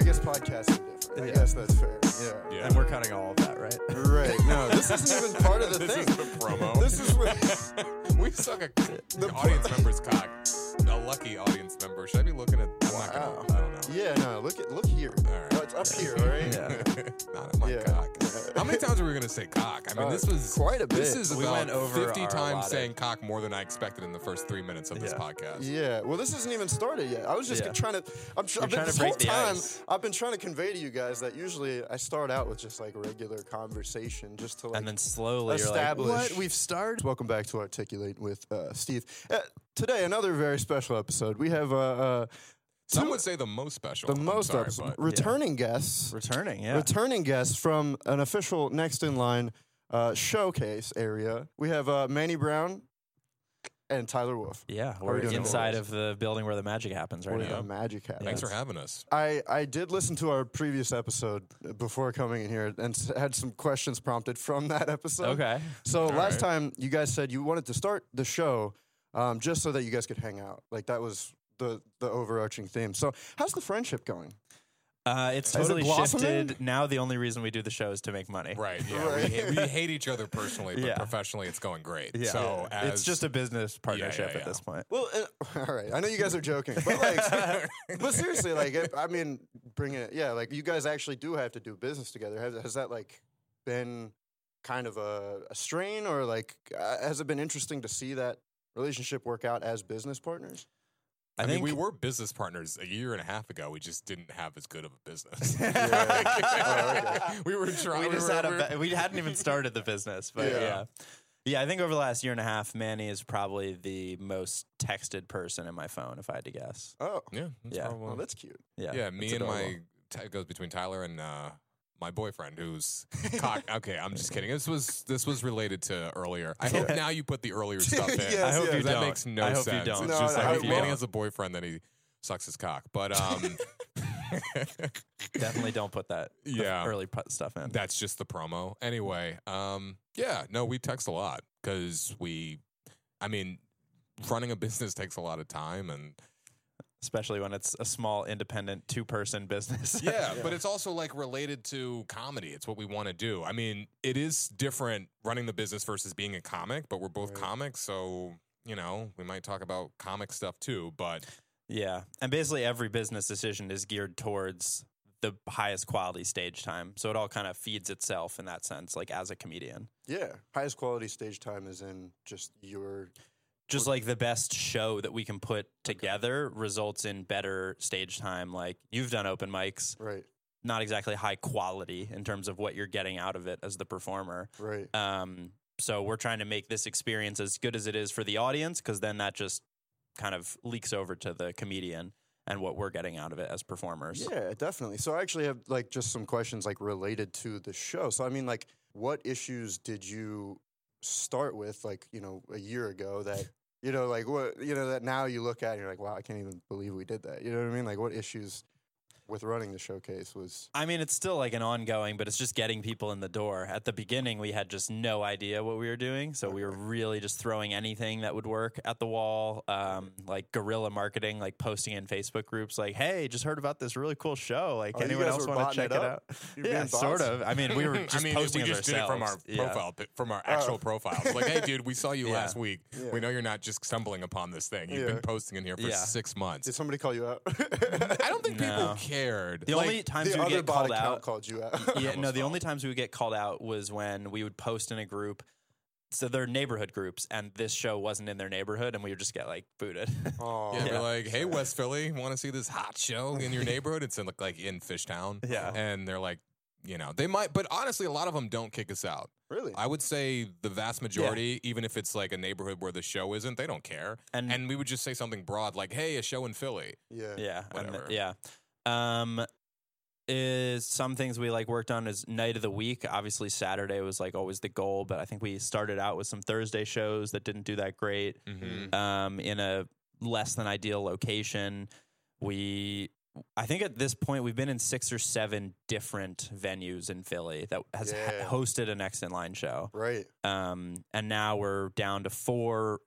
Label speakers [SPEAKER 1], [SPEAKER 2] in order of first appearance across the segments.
[SPEAKER 1] podcasting different. I guess that's fair. Yeah.
[SPEAKER 2] And we're cutting all of that, right?
[SPEAKER 1] Right. No, this isn't even part of the
[SPEAKER 3] This
[SPEAKER 1] thing.
[SPEAKER 3] is the promo.
[SPEAKER 1] This is what.
[SPEAKER 3] we suck a the audience member's cock. A lucky audience member. Should I be looking at? I'm not gonna.
[SPEAKER 1] Wow.
[SPEAKER 3] I don't know.
[SPEAKER 1] yeah. No. Look at look here.
[SPEAKER 3] All right.
[SPEAKER 1] Oh, it's up here, right?
[SPEAKER 2] Yeah.
[SPEAKER 3] not at my
[SPEAKER 1] Yeah.
[SPEAKER 3] cock. How many times are we gonna say cock? I mean,
[SPEAKER 1] Uh,
[SPEAKER 3] this was
[SPEAKER 1] quite a
[SPEAKER 3] This
[SPEAKER 1] bit.
[SPEAKER 3] is
[SPEAKER 2] We
[SPEAKER 3] about
[SPEAKER 2] went over
[SPEAKER 3] 50
[SPEAKER 2] our
[SPEAKER 3] times
[SPEAKER 2] allotted.
[SPEAKER 3] saying cock more than I expected in the first three minutes of this
[SPEAKER 2] Yeah.
[SPEAKER 3] podcast.
[SPEAKER 1] Yeah. Well, this isn't even started yet. I was just
[SPEAKER 2] Yeah.
[SPEAKER 1] trying to. I'm tr-
[SPEAKER 2] You're
[SPEAKER 1] I've been,
[SPEAKER 2] trying to
[SPEAKER 1] this
[SPEAKER 2] break
[SPEAKER 1] whole
[SPEAKER 2] the
[SPEAKER 1] time.
[SPEAKER 2] ice.
[SPEAKER 1] I've been trying to convey to you guys that usually I start out with just like regular conversation, just to like
[SPEAKER 2] And then slowly you're like,
[SPEAKER 1] Establish.
[SPEAKER 2] what? We've started?
[SPEAKER 1] Welcome back to Articulate with uh, Steve. Uh, today, another very special episode. We have uh, uh,
[SPEAKER 3] Some would say the most special.
[SPEAKER 1] the
[SPEAKER 3] I'm
[SPEAKER 1] most
[SPEAKER 3] sorry,
[SPEAKER 1] episo-
[SPEAKER 3] but-
[SPEAKER 1] returning guests,
[SPEAKER 2] Returning, yeah.
[SPEAKER 1] returning guests from an official next in line uh, showcase area. We have uh, Manny Brown and Tyler Wolf.
[SPEAKER 2] yeah,
[SPEAKER 1] we
[SPEAKER 2] we're
[SPEAKER 1] doing
[SPEAKER 2] inside
[SPEAKER 1] otherwise?
[SPEAKER 2] of the building where the magic happens right
[SPEAKER 1] What
[SPEAKER 2] now.
[SPEAKER 1] a magic hat.
[SPEAKER 3] Thanks for having us.
[SPEAKER 1] I, I did listen to our previous episode before coming in here and s- had some questions prompted from that episode.
[SPEAKER 2] Okay.
[SPEAKER 1] So
[SPEAKER 3] right.
[SPEAKER 1] last time you guys said you wanted to start the show um, just so that you guys could hang out. Like that was the the overarching theme. So how's the friendship going?
[SPEAKER 2] Uh, it's
[SPEAKER 1] it
[SPEAKER 2] totally
[SPEAKER 1] blossoming?
[SPEAKER 2] shifted. Now the only reason we do the show is to make money.
[SPEAKER 3] Right. Yeah.
[SPEAKER 1] Right.
[SPEAKER 3] We, hate, we hate each other personally, but
[SPEAKER 2] Yeah.
[SPEAKER 3] professionally, it's going great.
[SPEAKER 2] Yeah.
[SPEAKER 3] So as
[SPEAKER 2] it's just a business partnership at
[SPEAKER 3] yeah.
[SPEAKER 2] this point.
[SPEAKER 1] Well, uh, all right. I know you guys are joking, but like, but seriously, like, if, I mean, bring it. Yeah, like you guys actually do have to do business together. Has, has that like been kind of a, a strain, or like, uh, has it been interesting to see that relationship work out as business partners?
[SPEAKER 3] I,
[SPEAKER 2] I
[SPEAKER 3] mean,
[SPEAKER 2] think
[SPEAKER 3] we were business partners a year and a half ago. We just didn't have as good of a business. we were trying.
[SPEAKER 2] Oh, we just
[SPEAKER 3] were,
[SPEAKER 2] had
[SPEAKER 3] we
[SPEAKER 2] a,
[SPEAKER 3] were-
[SPEAKER 2] ba- we hadn't even started the business, but
[SPEAKER 1] Yeah.
[SPEAKER 2] yeah. yeah. I think over the last year and a half, Manny is probably the most texted person in my phone, if I had to guess.
[SPEAKER 1] Oh,
[SPEAKER 3] yeah. That's
[SPEAKER 2] Yeah.
[SPEAKER 3] probably-
[SPEAKER 1] well, that's cute.
[SPEAKER 2] Yeah.
[SPEAKER 3] yeah. Me
[SPEAKER 2] it's
[SPEAKER 3] and my
[SPEAKER 2] adorable.
[SPEAKER 3] t- it goes between Tyler and uh, my boyfriend, who's cock. Okay, I'm just kidding. This was this was related to earlier. I hope now you put the earlier stuff in.
[SPEAKER 1] Yes, I hope yes. you
[SPEAKER 3] That
[SPEAKER 2] don't.
[SPEAKER 3] makes no
[SPEAKER 2] I hope you
[SPEAKER 3] sense.
[SPEAKER 2] don't.
[SPEAKER 3] It's
[SPEAKER 1] No,
[SPEAKER 3] just
[SPEAKER 1] no, I
[SPEAKER 3] like
[SPEAKER 1] hope you
[SPEAKER 3] Manny
[SPEAKER 1] don't.
[SPEAKER 3] has a boyfriend that he sucks his cock, but um.
[SPEAKER 2] definitely don't put that
[SPEAKER 3] Yeah.
[SPEAKER 2] early put stuff in.
[SPEAKER 3] That's just the promo. Anyway, um, yeah, no, we text a lot because we, I mean, running a business takes a lot of time, and
[SPEAKER 2] especially when it's a small independent two person business.
[SPEAKER 3] yeah, but it's also like related to comedy. It's what we want to do. I mean, it is different running the business versus being a comic, but we're both
[SPEAKER 1] Right.
[SPEAKER 3] comics, so you know, we might talk about comic stuff too. But
[SPEAKER 2] yeah. And basically every business decision is geared towards the highest quality stage time. So it all kind of feeds itself in that sense, like as a comedian.
[SPEAKER 1] Yeah, highest quality stage time is in just your
[SPEAKER 2] Just like the best show that we can put together results in better stage time. Like you've done open mics,
[SPEAKER 1] right,
[SPEAKER 2] not exactly high quality in terms of what you're getting out of it as the performer.
[SPEAKER 1] right.
[SPEAKER 2] Um, so we're trying to make this experience as good as it is for the audience, because then that just kind of leaks over to the comedian and what we're getting out of it as performers.
[SPEAKER 1] Yeah, definitely. So I actually have like just some questions like related to the show. So I mean, like, what issues did you start with, like, you know, a year ago that you know, like, what you know that now you look at and you're like, wow, I can't even believe we did that. You know what I mean? Like, what issues with running the showcase was
[SPEAKER 2] I mean, it's still like an ongoing, but it's just getting people in the door. At the beginning, we had just no idea what we were doing. So we were really just throwing anything that would work at the wall, um, like guerrilla marketing, like posting in Facebook groups, like, hey, just heard about this really cool show. Like,
[SPEAKER 1] Oh, you
[SPEAKER 2] anyone
[SPEAKER 1] guys
[SPEAKER 2] else
[SPEAKER 1] were
[SPEAKER 2] want to
[SPEAKER 1] botting
[SPEAKER 2] check
[SPEAKER 1] it
[SPEAKER 2] it,
[SPEAKER 1] up?
[SPEAKER 2] out?
[SPEAKER 1] You're
[SPEAKER 2] Yeah,
[SPEAKER 1] being
[SPEAKER 2] sort
[SPEAKER 1] bots?
[SPEAKER 2] of. I mean, we were just
[SPEAKER 3] I mean,
[SPEAKER 2] posting
[SPEAKER 3] we
[SPEAKER 2] as
[SPEAKER 3] just did it from our
[SPEAKER 2] ourselves. Yeah.
[SPEAKER 3] profile, pi- from our actual profiles. Like, hey, dude, we saw you
[SPEAKER 2] Yeah.
[SPEAKER 3] last week.
[SPEAKER 1] Yeah.
[SPEAKER 3] We know you're not just stumbling upon this thing. You've
[SPEAKER 1] Yeah.
[SPEAKER 3] been posting in here for
[SPEAKER 2] Yeah.
[SPEAKER 3] six months.
[SPEAKER 1] did somebody call you out?
[SPEAKER 3] I don't think people
[SPEAKER 2] No.
[SPEAKER 3] cared.
[SPEAKER 2] The
[SPEAKER 3] Like,
[SPEAKER 2] only times
[SPEAKER 1] the
[SPEAKER 2] we would
[SPEAKER 1] other
[SPEAKER 2] get
[SPEAKER 1] bot
[SPEAKER 2] called
[SPEAKER 1] account
[SPEAKER 2] out,
[SPEAKER 1] called you out.
[SPEAKER 2] yeah, no, the only times we would get called out was when we would post in a group. So they're neighborhood groups, and this show wasn't in their neighborhood, and we would just get like booted.
[SPEAKER 1] Oh,
[SPEAKER 3] Yeah,
[SPEAKER 2] Yeah.
[SPEAKER 3] we're like, hey, West Philly, want to see this hot show in your neighborhood? It's in, like, like in Fishtown.
[SPEAKER 2] Yeah.
[SPEAKER 3] And they're like, you know, they might, but honestly, a lot of them don't kick us out.
[SPEAKER 1] really?
[SPEAKER 3] I would say the vast majority, even if it's like a neighborhood where the show isn't, they don't care.
[SPEAKER 1] Mm.
[SPEAKER 2] And-
[SPEAKER 3] and we would just say something broad like, hey, a show in Philly.
[SPEAKER 1] yeah.
[SPEAKER 2] yeah, and th-
[SPEAKER 3] Whatever.
[SPEAKER 2] yeah. Um, is some things we like worked on is night of the week. Obviously, Saturday was like always the goal, but I think we started out with some Thursday shows that didn't do that great.
[SPEAKER 3] Mhm.
[SPEAKER 2] um, in a less than ideal location. We, I think at this point, we've been in six or seven different venues in Philly that has ha-
[SPEAKER 1] Yeah.
[SPEAKER 2] hosted a Next in Line show.
[SPEAKER 1] Right.
[SPEAKER 2] Um, and now we're down to four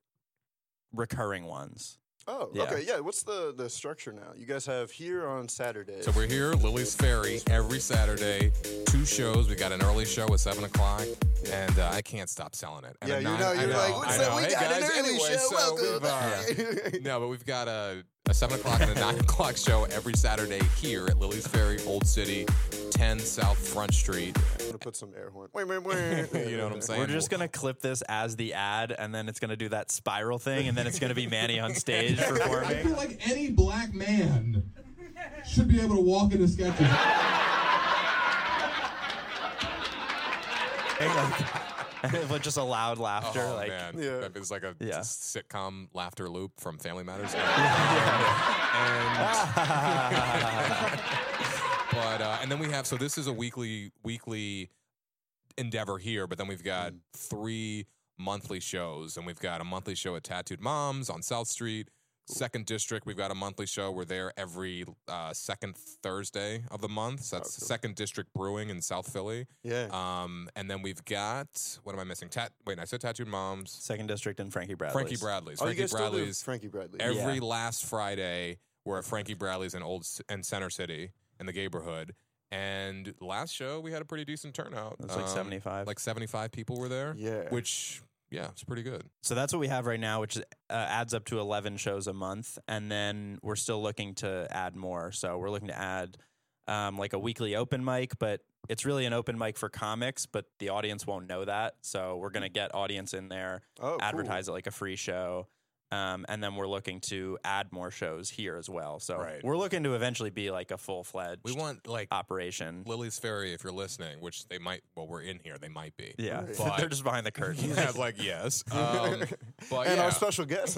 [SPEAKER 2] recurring ones.
[SPEAKER 1] Oh,
[SPEAKER 2] Yeah.
[SPEAKER 1] okay. Yeah. What's the, the structure now? You guys have here on Saturday.
[SPEAKER 3] So we're here, Lily's Ferry, every Saturday. Two shows. We got an early show at seven o'clock, and uh, I can't stop selling it. And
[SPEAKER 1] yeah,
[SPEAKER 3] a
[SPEAKER 1] you
[SPEAKER 3] nine-
[SPEAKER 1] know,
[SPEAKER 3] I
[SPEAKER 1] you're like, what's
[SPEAKER 3] I
[SPEAKER 1] that?
[SPEAKER 3] know.
[SPEAKER 1] We
[SPEAKER 3] Hey,
[SPEAKER 1] got
[SPEAKER 3] guys,
[SPEAKER 1] an early
[SPEAKER 3] anyway,
[SPEAKER 1] show.
[SPEAKER 3] so we've, uh,
[SPEAKER 1] Welcome.
[SPEAKER 3] No, but we've got a, a seven o'clock and a nine o'clock show every Saturday here at Lily's Ferry, Old City, 10 South Front Street.
[SPEAKER 1] I'm gonna put some air horn. Wait, wait, wait.
[SPEAKER 3] You know what I'm saying?
[SPEAKER 2] We're just gonna clip this as the ad, and then it's gonna do that spiral thing, and then it's gonna be Manny on stage
[SPEAKER 4] I
[SPEAKER 2] performing.
[SPEAKER 4] feel like any black man should be able to walk into sketches.
[SPEAKER 2] But just a loud laughter,
[SPEAKER 3] Oh,
[SPEAKER 2] like
[SPEAKER 3] man.
[SPEAKER 1] Yeah.
[SPEAKER 3] That is like a
[SPEAKER 2] Yeah.
[SPEAKER 3] s- sitcom laughter loop from Family Matters. And, but uh, and then we have so this is a weekly weekly endeavor here, but then we've got
[SPEAKER 1] Mm.
[SPEAKER 3] three monthly shows, and we've got a monthly show at Tattooed Moms on South Street. Second District, we've got a monthly show. We're there every uh, second Thursday of the month. So that's Second District Brewing in South Philly.
[SPEAKER 1] yeah.
[SPEAKER 3] Um, and then we've got what am I missing? Tat- wait, I said tattooed moms.
[SPEAKER 2] Second District and Frankie Bradley.
[SPEAKER 3] Frankie Bradley's.
[SPEAKER 1] Oh, you
[SPEAKER 3] Frankie
[SPEAKER 1] guys still do
[SPEAKER 3] Bradley's.
[SPEAKER 1] Frankie Bradley.
[SPEAKER 3] Every
[SPEAKER 2] Yeah.
[SPEAKER 3] last Friday, we're at Frankie Bradley's in Old C- in Center City in the neighborhood. And last show, we had a pretty decent turnout. Um,
[SPEAKER 2] It was like 75.
[SPEAKER 3] Like seventy five people were there.
[SPEAKER 1] Yeah.
[SPEAKER 3] Which yeah, it's pretty good.
[SPEAKER 2] So that's what we have right now, which uh, adds up to 11 shows a month. And then we're still looking to add more. So we're looking to add um, like a weekly open mic, but it's really an open mic for comics, but the audience won't know that. So we're going
[SPEAKER 3] Mm.
[SPEAKER 2] to get audience in there,
[SPEAKER 1] Oh, cool.
[SPEAKER 2] advertise it like a free show. Um, and then we're looking to add more shows here as well. So
[SPEAKER 3] Right.
[SPEAKER 2] we're looking to eventually be like a full fledged
[SPEAKER 3] We want like
[SPEAKER 2] Ah. operation.
[SPEAKER 3] Lily's Ferry if you're listening, which they might. Well, we're in here. They might be.
[SPEAKER 2] Yeah.
[SPEAKER 3] But-
[SPEAKER 2] They're just behind the curtain.
[SPEAKER 3] Yeah, like yes. Um, but
[SPEAKER 1] and
[SPEAKER 3] yeah.
[SPEAKER 1] our special guest.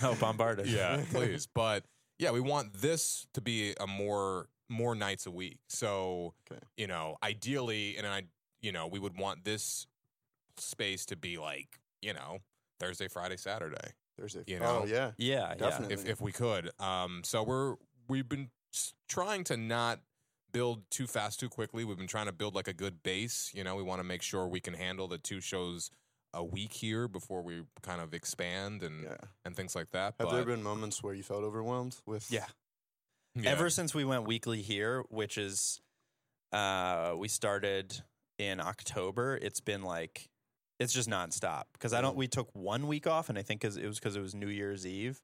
[SPEAKER 2] oh, bombarded.
[SPEAKER 3] Yeah, please. But yeah, we want this to be a more more nights a week. So
[SPEAKER 1] Okay.
[SPEAKER 3] you know, ideally, and I, you know, we would want this space to be like you know Thursday, Friday, Saturday,
[SPEAKER 1] Thursday.
[SPEAKER 3] You know.
[SPEAKER 1] oh yeah.
[SPEAKER 2] Yeah. Yeah.
[SPEAKER 1] Definitely.
[SPEAKER 3] if if we could. Um, so we're we've been s- trying to not build too fast too quickly. We've been trying to build like a good base. You know, we want to make sure we can handle the two shows a week here before we kind of expand and
[SPEAKER 1] Yeah.
[SPEAKER 3] and things like that.
[SPEAKER 1] Have
[SPEAKER 3] Mm. but
[SPEAKER 1] there been moments where you felt overwhelmed with?
[SPEAKER 2] Yeah.
[SPEAKER 3] yeah.
[SPEAKER 2] ever since we went weekly here, which is uh we started in October, it's been like it's just nonstop because I don't. We took one week off, and I think 'cause it was because it was New Year's Eve,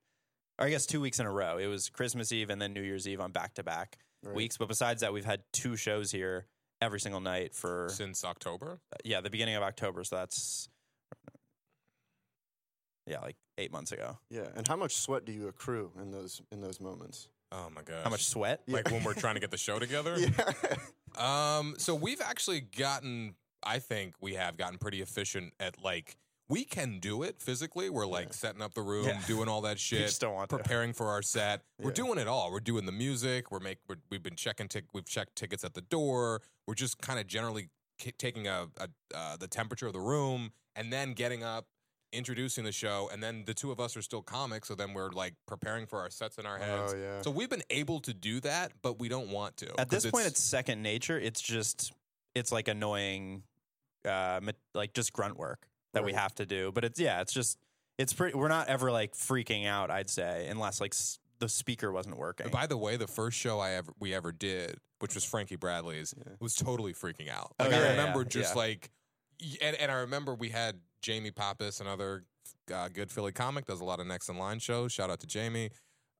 [SPEAKER 2] or I guess two weeks in a row. It was Christmas Eve and then New Year's Eve on back to back
[SPEAKER 1] Right.
[SPEAKER 2] weeks. But besides that, we've had two shows here every single night for
[SPEAKER 3] since October.
[SPEAKER 2] yeah the beginning of October. So that's yeah, like eight months ago.
[SPEAKER 1] Yeah. And how much sweat do you accrue in those in those moments?
[SPEAKER 3] Oh my gosh.
[SPEAKER 2] How much sweat?
[SPEAKER 3] Like when we're trying to get the show together. Um. So we've actually gotten. I think we have gotten pretty efficient at like we can do it physically. We're like setting up the room,
[SPEAKER 2] Yeah.
[SPEAKER 3] doing all that shit,
[SPEAKER 2] just don't want to.
[SPEAKER 3] preparing for our set. We're
[SPEAKER 1] Yeah.
[SPEAKER 3] doing it all. We're doing the music. We're make. We're, we've been checking. Tic- we've checked tickets at the door. We're just kind of generally ki taking a, a uh, the temperature of the room, and then getting up. Introducing the show, and then the two of us are still comics, so then we're like preparing for our sets in our heads.
[SPEAKER 1] Oh yeah.
[SPEAKER 3] So we've been able to do that, but we don't want to.
[SPEAKER 2] At
[SPEAKER 3] 'cause
[SPEAKER 2] this point, it's second nature. It's just it's like annoying, uh, ma- like just grunt work that we
[SPEAKER 1] Right.
[SPEAKER 2] have to do. But it's yeah, it's just it's pretty. We're not ever like freaking out. I'd say unless like s- the speaker wasn't working.
[SPEAKER 3] By the way, the first show I ever we ever did, which was Frankie Bradley's,
[SPEAKER 1] Yeah.
[SPEAKER 3] was totally freaking out.
[SPEAKER 2] Oh,
[SPEAKER 3] Like
[SPEAKER 1] yeah,
[SPEAKER 3] I
[SPEAKER 1] yeah,
[SPEAKER 3] remember
[SPEAKER 2] yeah.
[SPEAKER 3] just like, y- and, and I remember we had Jamie Pappas, another uh, good Philly comic, does a lot of next in line shows. Shout out to Jamie.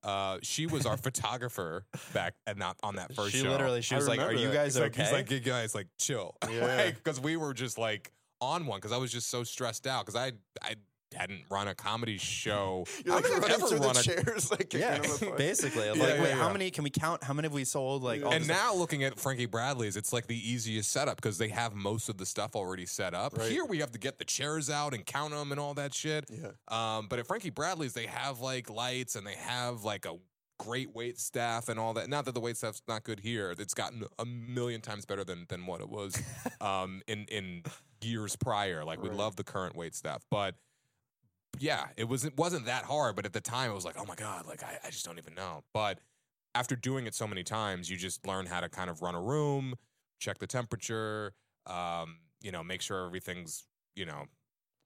[SPEAKER 3] Uh, she was our photographer back and not on that first
[SPEAKER 2] she
[SPEAKER 3] show.
[SPEAKER 2] literally she
[SPEAKER 1] I
[SPEAKER 2] was like, "Are
[SPEAKER 1] remember
[SPEAKER 2] you
[SPEAKER 1] that.
[SPEAKER 2] guys
[SPEAKER 3] He's like,
[SPEAKER 2] okay?"
[SPEAKER 3] he's like, you guys, like, chill.
[SPEAKER 1] Yeah.
[SPEAKER 3] Because we were just like on one because I was just so stressed out because I, I hadn't run a comedy show.
[SPEAKER 1] You're
[SPEAKER 3] I
[SPEAKER 1] like
[SPEAKER 3] don't think I've
[SPEAKER 1] running
[SPEAKER 3] ever
[SPEAKER 1] through the
[SPEAKER 3] run a
[SPEAKER 1] chairs, like kicking
[SPEAKER 2] yeah,
[SPEAKER 1] them apart.
[SPEAKER 2] basically. I'm
[SPEAKER 3] Yeah,
[SPEAKER 2] like,
[SPEAKER 3] yeah,
[SPEAKER 2] wait, how
[SPEAKER 3] yeah.
[SPEAKER 2] many can we count? How many have we sold? Like, all
[SPEAKER 3] and
[SPEAKER 2] this-
[SPEAKER 3] now looking at Frankie Bradley's, it's like the easiest setup because they have most of the stuff already set up.
[SPEAKER 1] Right.
[SPEAKER 3] Here we have to get the chairs out and count them and all that shit.
[SPEAKER 1] Yeah.
[SPEAKER 3] Um, but at Frankie Bradley's, they have like lights and they have like a great wait staff and all that. Not that the wait staff's not good here; it's gotten a million times better than than what it was um, in in years prior. Like we
[SPEAKER 1] Right.
[SPEAKER 3] love the current wait staff, but yeah, it was it wasn't that hard. But at the time, it was like, oh my god, like I, I just don't even know. But after doing it so many times, you just learn how to kind of run a room, check the temperature, um, you know, make sure everything's you know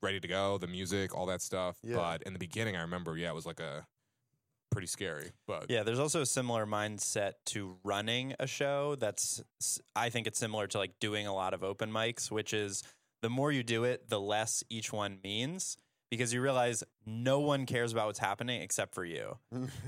[SPEAKER 3] ready to go, the music, all that stuff.
[SPEAKER 1] Yeah.
[SPEAKER 3] But in the beginning, I remember, yeah, it was like a pretty scary. But
[SPEAKER 2] Yeah, there's also a similar mindset to running a show that's s- I think it's similar to like doing a lot of open mics, which is the more you do it, the less each one means because you realize no one cares about what's happening except for you.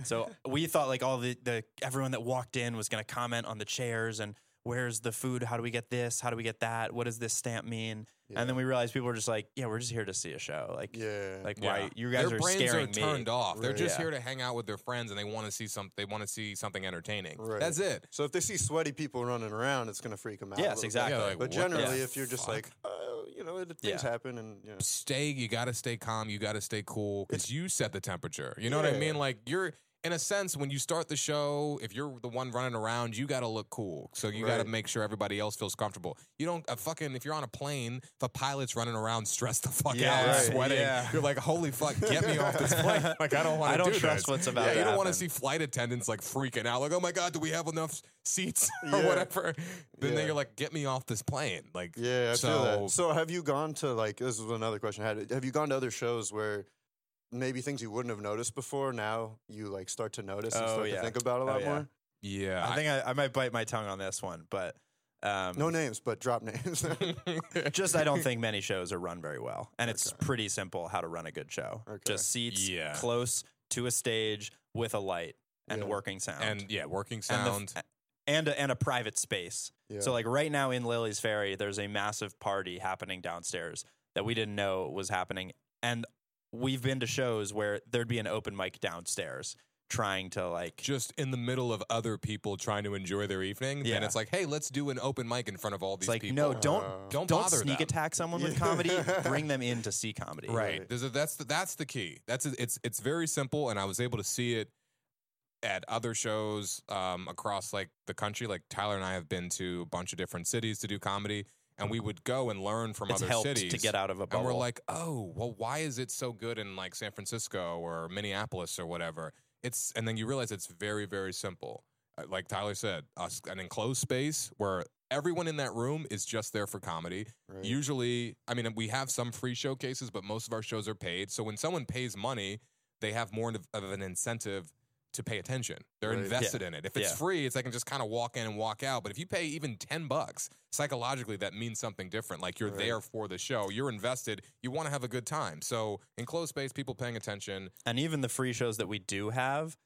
[SPEAKER 2] So we thought like all the, the everyone that walked in was going to comment on the chairs and where's the food? How do we get this? How do we get that? What does this stamp mean? And then we realized people were just like, yeah, we're just here to see a show. Like,
[SPEAKER 1] yeah.
[SPEAKER 2] like
[SPEAKER 3] Yeah.
[SPEAKER 2] why you guys
[SPEAKER 3] their
[SPEAKER 2] are
[SPEAKER 3] brains
[SPEAKER 2] scaring
[SPEAKER 3] are
[SPEAKER 2] me?
[SPEAKER 3] turned off. They're
[SPEAKER 1] Right.
[SPEAKER 3] just
[SPEAKER 2] Yeah.
[SPEAKER 3] here to hang out with their friends and they want to see some. They want to see something entertaining.
[SPEAKER 1] Right.
[SPEAKER 3] That's it.
[SPEAKER 1] so if they see sweaty people running around, it's gonna freak them out. a
[SPEAKER 2] Yes,
[SPEAKER 1] little bit.
[SPEAKER 2] exactly.
[SPEAKER 3] Yeah, like,
[SPEAKER 1] But
[SPEAKER 3] what the
[SPEAKER 1] generally, if you're just
[SPEAKER 3] fuck?
[SPEAKER 1] like, oh, you know, it, things
[SPEAKER 2] Yeah.
[SPEAKER 1] happen, and you know.
[SPEAKER 3] stay you got to stay calm you got to stay cool because you set the temperature you know what i
[SPEAKER 1] Yeah.
[SPEAKER 3] mean like you're in a sense when you start the show if you're the one running around you got to look cool so you got to
[SPEAKER 1] Right.
[SPEAKER 3] make sure everybody else feels comfortable you don't a fucking if you're on a plane the pilot's running around stressed the fuck
[SPEAKER 2] Yeah,
[SPEAKER 3] out and
[SPEAKER 2] right,
[SPEAKER 3] sweating
[SPEAKER 2] yeah.
[SPEAKER 3] you're like holy fuck get me off this plane like i don't want
[SPEAKER 2] I don't
[SPEAKER 3] do
[SPEAKER 2] trust
[SPEAKER 3] this.
[SPEAKER 2] what's about
[SPEAKER 3] yeah,
[SPEAKER 2] to
[SPEAKER 3] you don't want to
[SPEAKER 2] happen.
[SPEAKER 3] see flight attendants like freaking out like oh my god do we have enough seats or
[SPEAKER 1] Yeah.
[SPEAKER 3] whatever then
[SPEAKER 1] Yeah.
[SPEAKER 3] you're like get me off this plane like
[SPEAKER 1] Yeah, I
[SPEAKER 3] so
[SPEAKER 1] feel that. So have you gone to like this is another question I had. Have you gone to other shows where maybe things you wouldn't have noticed before now you like start to notice and
[SPEAKER 2] Oh,
[SPEAKER 1] start
[SPEAKER 2] yeah.
[SPEAKER 1] to think about a lot
[SPEAKER 2] yeah.
[SPEAKER 1] more?
[SPEAKER 3] yeah
[SPEAKER 2] I think I, I might bite my tongue on this one, but um,
[SPEAKER 1] No names, but drop names.
[SPEAKER 2] just I don't think many shows are run very well, and it's pretty simple how to run a good show.
[SPEAKER 1] Okay.
[SPEAKER 2] Just seats
[SPEAKER 3] Yeah.
[SPEAKER 2] close to a stage with a light and
[SPEAKER 1] Yeah.
[SPEAKER 2] working sound
[SPEAKER 3] and yeah working
[SPEAKER 2] And the f-
[SPEAKER 3] sound
[SPEAKER 2] and a, and a private space.
[SPEAKER 1] yeah.
[SPEAKER 2] So like right now in Lily's Ferry, there's a massive party happening downstairs that we didn't know was happening, and we've been to shows where there'd be an open mic downstairs trying to like
[SPEAKER 3] just in the middle of other people trying to enjoy their evening,
[SPEAKER 2] Yeah.
[SPEAKER 3] then it's like, hey, let's do an open mic in front of all these
[SPEAKER 2] it's like
[SPEAKER 3] people.
[SPEAKER 2] no don't
[SPEAKER 1] Uh,
[SPEAKER 3] don't,
[SPEAKER 2] don't
[SPEAKER 3] bother
[SPEAKER 2] sneak
[SPEAKER 3] them.
[SPEAKER 2] attack someone with
[SPEAKER 1] Yeah.
[SPEAKER 2] comedy. Bring them in to see comedy.
[SPEAKER 3] Right.
[SPEAKER 1] Right.
[SPEAKER 3] There's a, that's the, that's the key. That's a, it's it's very simple, and I was able to see it at other shows um, across like the country. Like Tyler and I have been to a bunch of different cities to do comedy, and we would go and learn from
[SPEAKER 2] It's
[SPEAKER 3] other
[SPEAKER 2] helped
[SPEAKER 3] cities
[SPEAKER 2] to get out of a bubble.
[SPEAKER 3] And we're like, oh, well, why is it so good in like San Francisco or Minneapolis or whatever? It's and then you realize it's very, very simple. Uh, Like Tyler said, us an enclosed space where everyone in that room is just there for comedy.
[SPEAKER 1] right.
[SPEAKER 3] Usually, I mean, we have some free showcases, but most of our shows are paid. So when someone pays money, they have more of of an incentive to pay attention. They're
[SPEAKER 1] Right. Yeah.
[SPEAKER 3] invested in it. If it's
[SPEAKER 2] Yeah.
[SPEAKER 3] free, it's I can just kind of walk in and walk out. But if you pay even 10 bucks, psychologically, that means something different. Like you're
[SPEAKER 1] Right.
[SPEAKER 3] there for the show, you're invested, you want to have a good time. So enclosed space, people paying attention,
[SPEAKER 2] and even the free shows that we do have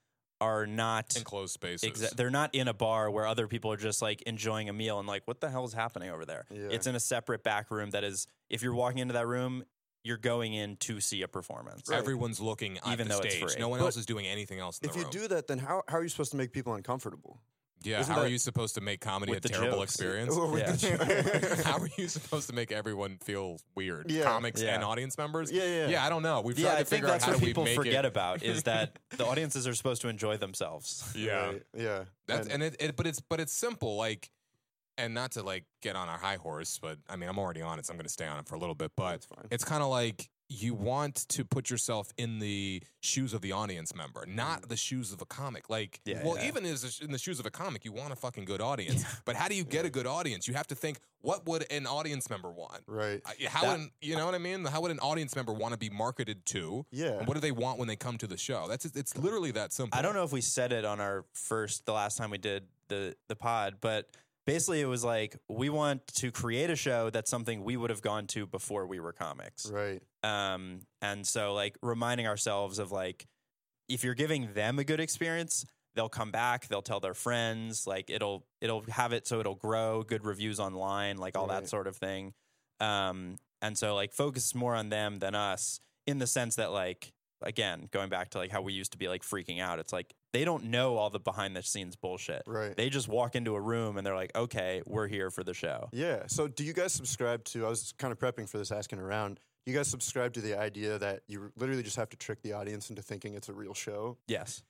[SPEAKER 2] are not
[SPEAKER 3] enclosed spaces.
[SPEAKER 2] exa- they're not in a bar where other people are just like enjoying a meal and like what the hell is happening over there
[SPEAKER 1] Yeah.
[SPEAKER 2] it's in a separate back room that is if you're walking into that room you're going in to see a performance
[SPEAKER 1] Right.
[SPEAKER 3] Everyone's looking at
[SPEAKER 2] Even
[SPEAKER 3] the
[SPEAKER 2] though it's
[SPEAKER 3] stage.
[SPEAKER 2] free.
[SPEAKER 3] No one
[SPEAKER 1] But
[SPEAKER 3] else is doing anything else in
[SPEAKER 1] if
[SPEAKER 3] the
[SPEAKER 1] you
[SPEAKER 3] room.
[SPEAKER 1] do that, then how, how are you supposed to make people uncomfortable?
[SPEAKER 3] yeah,
[SPEAKER 1] isn't
[SPEAKER 3] how are
[SPEAKER 1] that-
[SPEAKER 3] you supposed to make comedy a
[SPEAKER 2] With the
[SPEAKER 3] terrible
[SPEAKER 2] jokes.
[SPEAKER 3] experience?
[SPEAKER 1] With the-
[SPEAKER 3] How are you supposed to make everyone feel weird?
[SPEAKER 1] Yeah.
[SPEAKER 3] Comics
[SPEAKER 2] Yeah.
[SPEAKER 3] and audience members?
[SPEAKER 1] Yeah, yeah.
[SPEAKER 3] Yeah, I don't know. We've tried
[SPEAKER 2] yeah
[SPEAKER 3] to
[SPEAKER 2] i think
[SPEAKER 3] figure
[SPEAKER 2] that's
[SPEAKER 3] out how
[SPEAKER 2] what
[SPEAKER 3] do we
[SPEAKER 2] people
[SPEAKER 3] make
[SPEAKER 2] forget
[SPEAKER 3] it.
[SPEAKER 2] about is that the audiences are supposed to enjoy themselves
[SPEAKER 3] Yeah.
[SPEAKER 1] Right, Yeah.
[SPEAKER 3] That's
[SPEAKER 1] And-
[SPEAKER 3] and it, it but it's but it's simple, like and not to like get on our high horse, but I mean I'm already on it, so I'm gonna stay on it for a little bit. But
[SPEAKER 1] That's fine.
[SPEAKER 3] it's kind of like you want to put yourself in the shoes of the audience member, not the shoes of a comic. Like,
[SPEAKER 2] Yeah,
[SPEAKER 3] well,
[SPEAKER 2] yeah.
[SPEAKER 3] even as in the shoes of a comic, you want a fucking good audience. But how do you get a good audience? You have to think, what would an audience member want?
[SPEAKER 1] right.
[SPEAKER 3] I- How
[SPEAKER 2] That-
[SPEAKER 3] would an, you know what I mean? How would an audience member want to be marketed to?
[SPEAKER 1] Yeah.
[SPEAKER 3] And what do they want when they come to the show? That's it- it's literally that simple.
[SPEAKER 2] I don't know if we said it on our first, the last time we did the the pod, but basically it was like we want to create a show that's something we would have gone to before we were comics,
[SPEAKER 1] Right.
[SPEAKER 2] um, and so like reminding ourselves of like if you're giving them a good experience, they'll come back, they'll tell their friends, like it'll it'll have it so it'll grow, good reviews online, like all that
[SPEAKER 1] Right.
[SPEAKER 2] sort of thing, um, and so like focus more on them than us in the sense that like again going back to like how we used to be like freaking out it's like they don't know all the behind the scenes bullshit
[SPEAKER 1] Right.
[SPEAKER 2] they just walk into a room and they're like okay we're here for the show
[SPEAKER 1] Yeah. So, do you guys subscribe to? I was kind of prepping for this, asking around. Do you guys subscribe to the idea that you literally just have to trick the audience into thinking it's a real show?
[SPEAKER 2] yes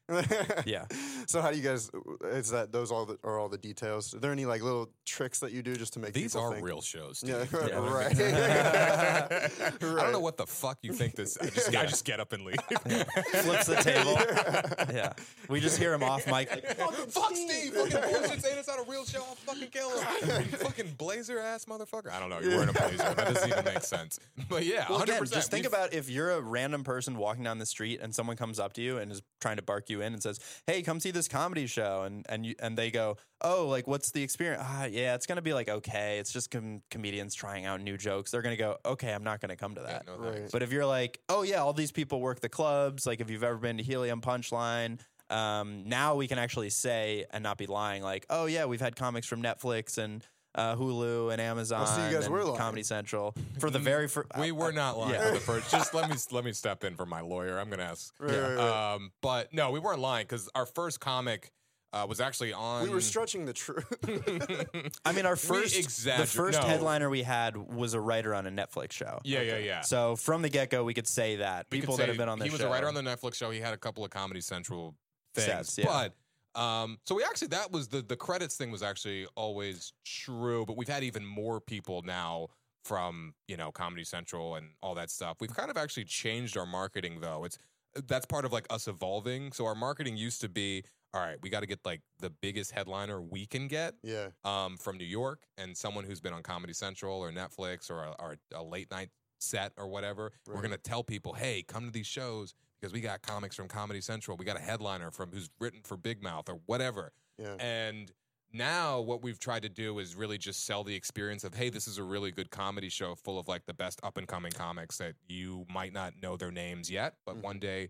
[SPEAKER 2] Yeah.
[SPEAKER 1] So, how do you guys? Is that those all the, are all the details? Are there any like little tricks that you do just to make
[SPEAKER 3] These
[SPEAKER 1] people
[SPEAKER 3] are
[SPEAKER 1] think?
[SPEAKER 3] real shows. Dude.
[SPEAKER 1] Yeah.
[SPEAKER 3] You know what I
[SPEAKER 1] Right.
[SPEAKER 3] mean? I don't
[SPEAKER 1] Right.
[SPEAKER 3] know what the fuck you think this. I just, I just get up and leave.
[SPEAKER 2] flips the table yeah we just hear him off mic like,
[SPEAKER 3] Fuck Steve! Fucking bullshit saying it's not a real show. I'll fucking kill him. You fucking blazer ass motherfucker. I don't know. You're wearing a blazer. That doesn't even make sense. But yeah, Yeah,
[SPEAKER 2] Well, again,
[SPEAKER 3] 100%.
[SPEAKER 2] just think
[SPEAKER 3] We've-
[SPEAKER 2] about if you're a random person walking down the street and someone comes up to you and is trying to bark you in and says, "Hey, come see this comedy show," and and you, and they go, "Oh, like what's the experience? Ah, yeah, it's gonna be like okay, it's just com- comedians trying out new jokes." They're gonna go, "Okay, I'm not gonna come to
[SPEAKER 3] Yeah,
[SPEAKER 2] that."
[SPEAKER 3] no
[SPEAKER 1] Right.
[SPEAKER 3] thanks.
[SPEAKER 2] But if you're like, "Oh yeah, all these people work the clubs," like if you've ever been to Helium Punchline. Um, now we can actually say and not be lying, like, oh yeah, we've had comics from Netflix and uh, Hulu and Amazon
[SPEAKER 1] Oh, guys
[SPEAKER 2] and
[SPEAKER 1] were lying.
[SPEAKER 2] Comedy Central for the very first.
[SPEAKER 3] we were not lying
[SPEAKER 2] yeah.
[SPEAKER 3] for the first. Just let me let me step in for my lawyer. I'm gonna ask.
[SPEAKER 1] Right, right, right.
[SPEAKER 3] Um, but no, we weren't lying because our first comic uh, was actually on.
[SPEAKER 1] we were stretching the truth.
[SPEAKER 2] I mean, our first the
[SPEAKER 3] exagger-
[SPEAKER 2] first
[SPEAKER 3] no.
[SPEAKER 2] headliner we had was a writer on a Netflix show.
[SPEAKER 3] Yeah, yeah, yeah.
[SPEAKER 2] So from the get go, we could say that
[SPEAKER 3] We could
[SPEAKER 2] people that
[SPEAKER 3] say
[SPEAKER 2] have been on this
[SPEAKER 3] He was
[SPEAKER 2] show,
[SPEAKER 3] a writer on the Netflix show. He had a couple of Comedy Central things,
[SPEAKER 2] Sets, yeah.
[SPEAKER 3] but um, so we actually that was the the credits thing was actually always true. But we've had even more people now from you know Comedy Central and all that stuff. We've kind of actually changed our marketing though. It's that's part of like us evolving. So our marketing used to be all right. We got to get like the biggest headliner we can get
[SPEAKER 1] yeah.
[SPEAKER 3] um, from New York and someone who's been on Comedy Central or Netflix or a, or a late night set or whatever, we're
[SPEAKER 1] Right.
[SPEAKER 3] going to tell people, hey, come to these shows because we got comics from Comedy Central. We got a headliner from who's written for Big Mouth or whatever.
[SPEAKER 1] Yeah.
[SPEAKER 3] And now what we've tried to do is really just sell the experience of, hey, this is a really good comedy show full of like the best up and coming comics that you might not know their names yet, but
[SPEAKER 1] Mhm.
[SPEAKER 3] one day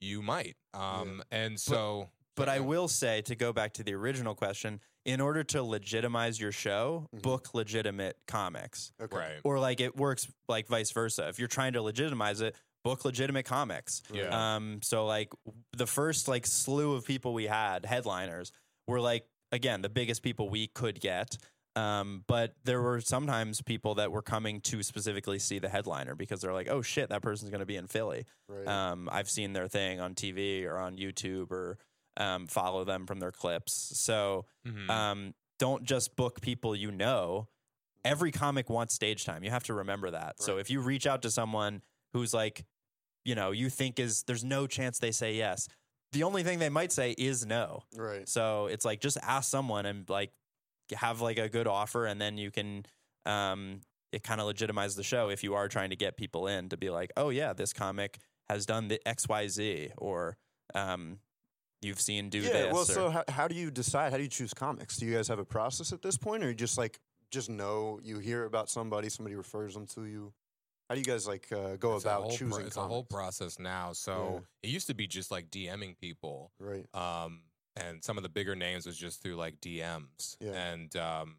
[SPEAKER 3] you might. Um, And so.
[SPEAKER 2] Mm-hmm. but I will say to go back to the original question: in order to legitimize your show,
[SPEAKER 3] Mm-hmm.
[SPEAKER 1] Mhm.
[SPEAKER 2] book legitimate comics,
[SPEAKER 1] Okay.
[SPEAKER 3] Right.
[SPEAKER 2] or like it works like vice versa. If you're trying to legitimize it, book legitimate comics.
[SPEAKER 3] Yeah.
[SPEAKER 2] Um, so like w- the first like slew of people we had headliners were like again the biggest people we could get. Um, but there were sometimes people that were coming to specifically see the headliner because they're like, oh shit, that person's going to be in Philly.
[SPEAKER 1] Right.
[SPEAKER 3] Uh,
[SPEAKER 2] Um, I've seen their thing on TV or on YouTube or um, follow them from their clips. So
[SPEAKER 1] Mm-hmm.
[SPEAKER 3] Mhm.
[SPEAKER 2] um, don't just book people you know. Every comic wants stage time. You have to remember that. So
[SPEAKER 1] Right.
[SPEAKER 2] if you reach out to someone who's like, you know, you think is there's no chance they say yes. The only thing they might say is no.
[SPEAKER 1] right.
[SPEAKER 2] So it's like just ask someone and like have like a good offer, and then you can. Um, it kind of legitimizes the show if you are trying to get people in to be like, oh yeah, this comic has done the X Y Z, or um, you've seen do
[SPEAKER 1] Yeah.
[SPEAKER 2] this.
[SPEAKER 1] Well,
[SPEAKER 2] or-
[SPEAKER 1] so how, how do you decide? How do you choose comics? Do you guys have a process at this point, or you just like just know you hear about somebody, somebody refers them to you? How do you guys like uh, go
[SPEAKER 3] It's a
[SPEAKER 1] about
[SPEAKER 3] whole pro-
[SPEAKER 1] choosing?
[SPEAKER 3] it's a whole
[SPEAKER 1] comics?
[SPEAKER 3] process now so it used to be just like dming people
[SPEAKER 1] Right.
[SPEAKER 3] um and some of the bigger names was just through like dms
[SPEAKER 1] Yeah.
[SPEAKER 3] and um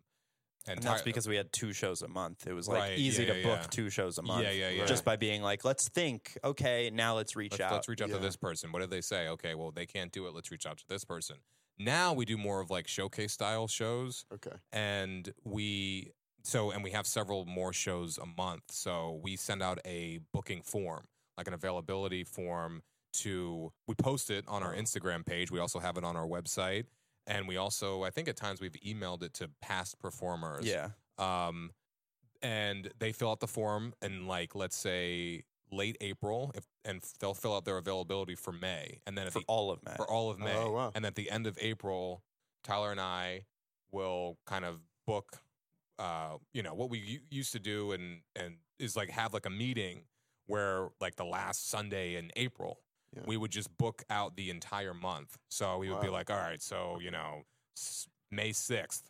[SPEAKER 3] and,
[SPEAKER 2] and that's
[SPEAKER 3] Ty-
[SPEAKER 2] because we had two shows a month. It was like
[SPEAKER 3] Right,
[SPEAKER 2] easy
[SPEAKER 3] yeah,
[SPEAKER 2] to
[SPEAKER 3] yeah,
[SPEAKER 2] book
[SPEAKER 3] yeah.
[SPEAKER 2] two shows a
[SPEAKER 3] Yeah,
[SPEAKER 2] month.
[SPEAKER 3] yeah, yeah.
[SPEAKER 2] Just by being like, let's think. Okay, now let's reach
[SPEAKER 3] let's,
[SPEAKER 2] out.
[SPEAKER 3] let's reach out
[SPEAKER 1] Yeah.
[SPEAKER 3] to this person what did they say okay well they can't do it let's reach out to this person now we do more of like showcase style shows
[SPEAKER 1] Okay.
[SPEAKER 3] and we so and we have several more shows a month so we send out a booking form like an availability form to we post it on our
[SPEAKER 2] Uh-huh.
[SPEAKER 3] instagram page we also have it on our website and we also i think at times we've emailed it to past performers
[SPEAKER 2] yeah,
[SPEAKER 3] um, and they fill out the form in like let's say late april if, and they'll fill out their availability for may and then at
[SPEAKER 2] for
[SPEAKER 3] the
[SPEAKER 2] all of Matt.
[SPEAKER 3] for all of May.
[SPEAKER 1] Oh, wow.
[SPEAKER 3] And at the end of April, Tyler and I will kind of book, uh, you know, what we u- used to do and, and is like have like a meeting where like the last Sunday in April,
[SPEAKER 1] Yeah.
[SPEAKER 3] we would just book out the entire month. So we would be
[SPEAKER 1] Wow.
[SPEAKER 3] like, all right, so, you know, s- May 6th,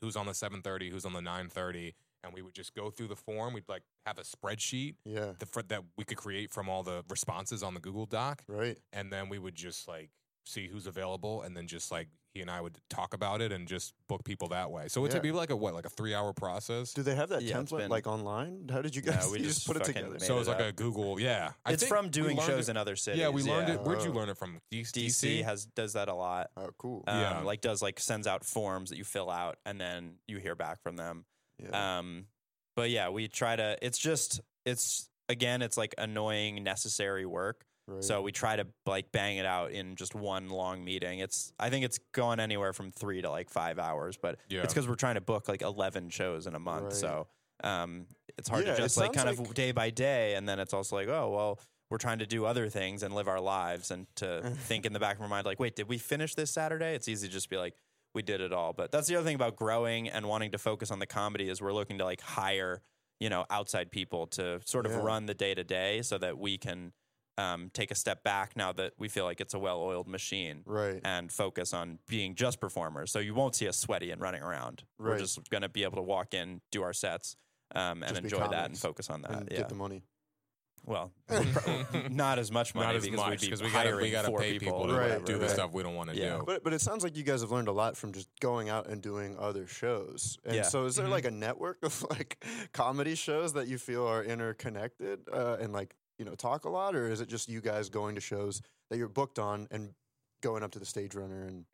[SPEAKER 3] who's on the 730, who's on the 930. And we would just go through the form. We'd like have a spreadsheet
[SPEAKER 1] Yeah.
[SPEAKER 3] the, fr- that we could create from all the responses on the Google Doc
[SPEAKER 1] Right.
[SPEAKER 3] and then we would just like see who's available and then just like he and I would talk about it and just book people that way. So it would
[SPEAKER 1] Yeah.
[SPEAKER 3] be like a what, like a three hour process?
[SPEAKER 1] Do they have that
[SPEAKER 2] Yeah, it's
[SPEAKER 1] template
[SPEAKER 2] been-
[SPEAKER 1] like online? How did you
[SPEAKER 2] No,
[SPEAKER 1] guys?
[SPEAKER 2] we
[SPEAKER 1] you
[SPEAKER 2] just
[SPEAKER 1] just, put it
[SPEAKER 2] fucking
[SPEAKER 1] together.
[SPEAKER 2] made
[SPEAKER 3] so it's
[SPEAKER 2] it
[SPEAKER 3] like
[SPEAKER 2] up.
[SPEAKER 3] a Google, yeah. I
[SPEAKER 2] it's
[SPEAKER 3] think
[SPEAKER 2] from
[SPEAKER 3] we
[SPEAKER 2] doing
[SPEAKER 3] learned
[SPEAKER 2] shows
[SPEAKER 3] it-
[SPEAKER 2] in other cities.
[SPEAKER 3] Yeah, we learned
[SPEAKER 2] yeah.
[SPEAKER 3] it. Where'd you
[SPEAKER 1] Oh.
[SPEAKER 3] learn it from? D- DC?
[SPEAKER 2] DC has does that a lot.
[SPEAKER 1] Oh, cool.
[SPEAKER 2] Um,
[SPEAKER 3] Yeah.
[SPEAKER 2] Like does like sends out forms that you fill out and then you hear back from them.
[SPEAKER 1] yeah.
[SPEAKER 2] Um, but yeah, we try to. It's just it's again, it's like annoying necessary work.
[SPEAKER 1] right.
[SPEAKER 2] So we try to like bang it out in just one long meeting. It's I think it's going anywhere from three to like five hours, but
[SPEAKER 3] Yeah.
[SPEAKER 2] it's because we're trying to book like eleven shows in a month.
[SPEAKER 1] Right.
[SPEAKER 2] So um, it's hard
[SPEAKER 1] Yeah,
[SPEAKER 2] to
[SPEAKER 1] it
[SPEAKER 2] just like
[SPEAKER 1] sounds
[SPEAKER 2] kind
[SPEAKER 1] like-
[SPEAKER 2] of day by day, and then it's also like oh well. We're trying to do other things and live our lives, and to think in the back of our mind, like, wait, did we finish this Saturday? It's easy to just be like, we did it all. But that's the other thing about growing and wanting to focus on the comedy is we're looking to like hire you know outside people to sort of
[SPEAKER 1] Yeah.
[SPEAKER 2] run the day to day so that we can um, take a step back now that we feel like it's a well-oiled machine
[SPEAKER 1] Right.
[SPEAKER 2] and focus on being just performers. So you won't see us sweaty and running around. We're
[SPEAKER 1] Right.
[SPEAKER 2] just going to be able to walk in, do our sets, um, and
[SPEAKER 1] Just be
[SPEAKER 2] enjoy that and
[SPEAKER 1] comics
[SPEAKER 2] focus on that.
[SPEAKER 1] and
[SPEAKER 2] uh, yeah.
[SPEAKER 1] get the money.
[SPEAKER 2] well, pro- not as much money
[SPEAKER 3] Not as
[SPEAKER 2] because
[SPEAKER 3] much
[SPEAKER 2] we'd
[SPEAKER 3] because
[SPEAKER 2] be
[SPEAKER 3] we gotta
[SPEAKER 2] hiring
[SPEAKER 3] we gotta
[SPEAKER 2] four
[SPEAKER 3] pay people,
[SPEAKER 2] people.
[SPEAKER 3] to
[SPEAKER 2] or
[SPEAKER 1] Right,
[SPEAKER 2] whatever,
[SPEAKER 3] do the
[SPEAKER 1] right.
[SPEAKER 3] stuff we don't want to
[SPEAKER 2] Yeah.
[SPEAKER 3] do.
[SPEAKER 1] But but it sounds like you guys have learned a lot from just going out and doing other shows. And
[SPEAKER 2] Yeah.
[SPEAKER 1] so is there
[SPEAKER 3] Mhm.
[SPEAKER 1] like a network of like comedy shows that you feel are interconnected uh, and like you know talk a lot, or is it just you guys going to shows that you're booked on and going up to the stage runner and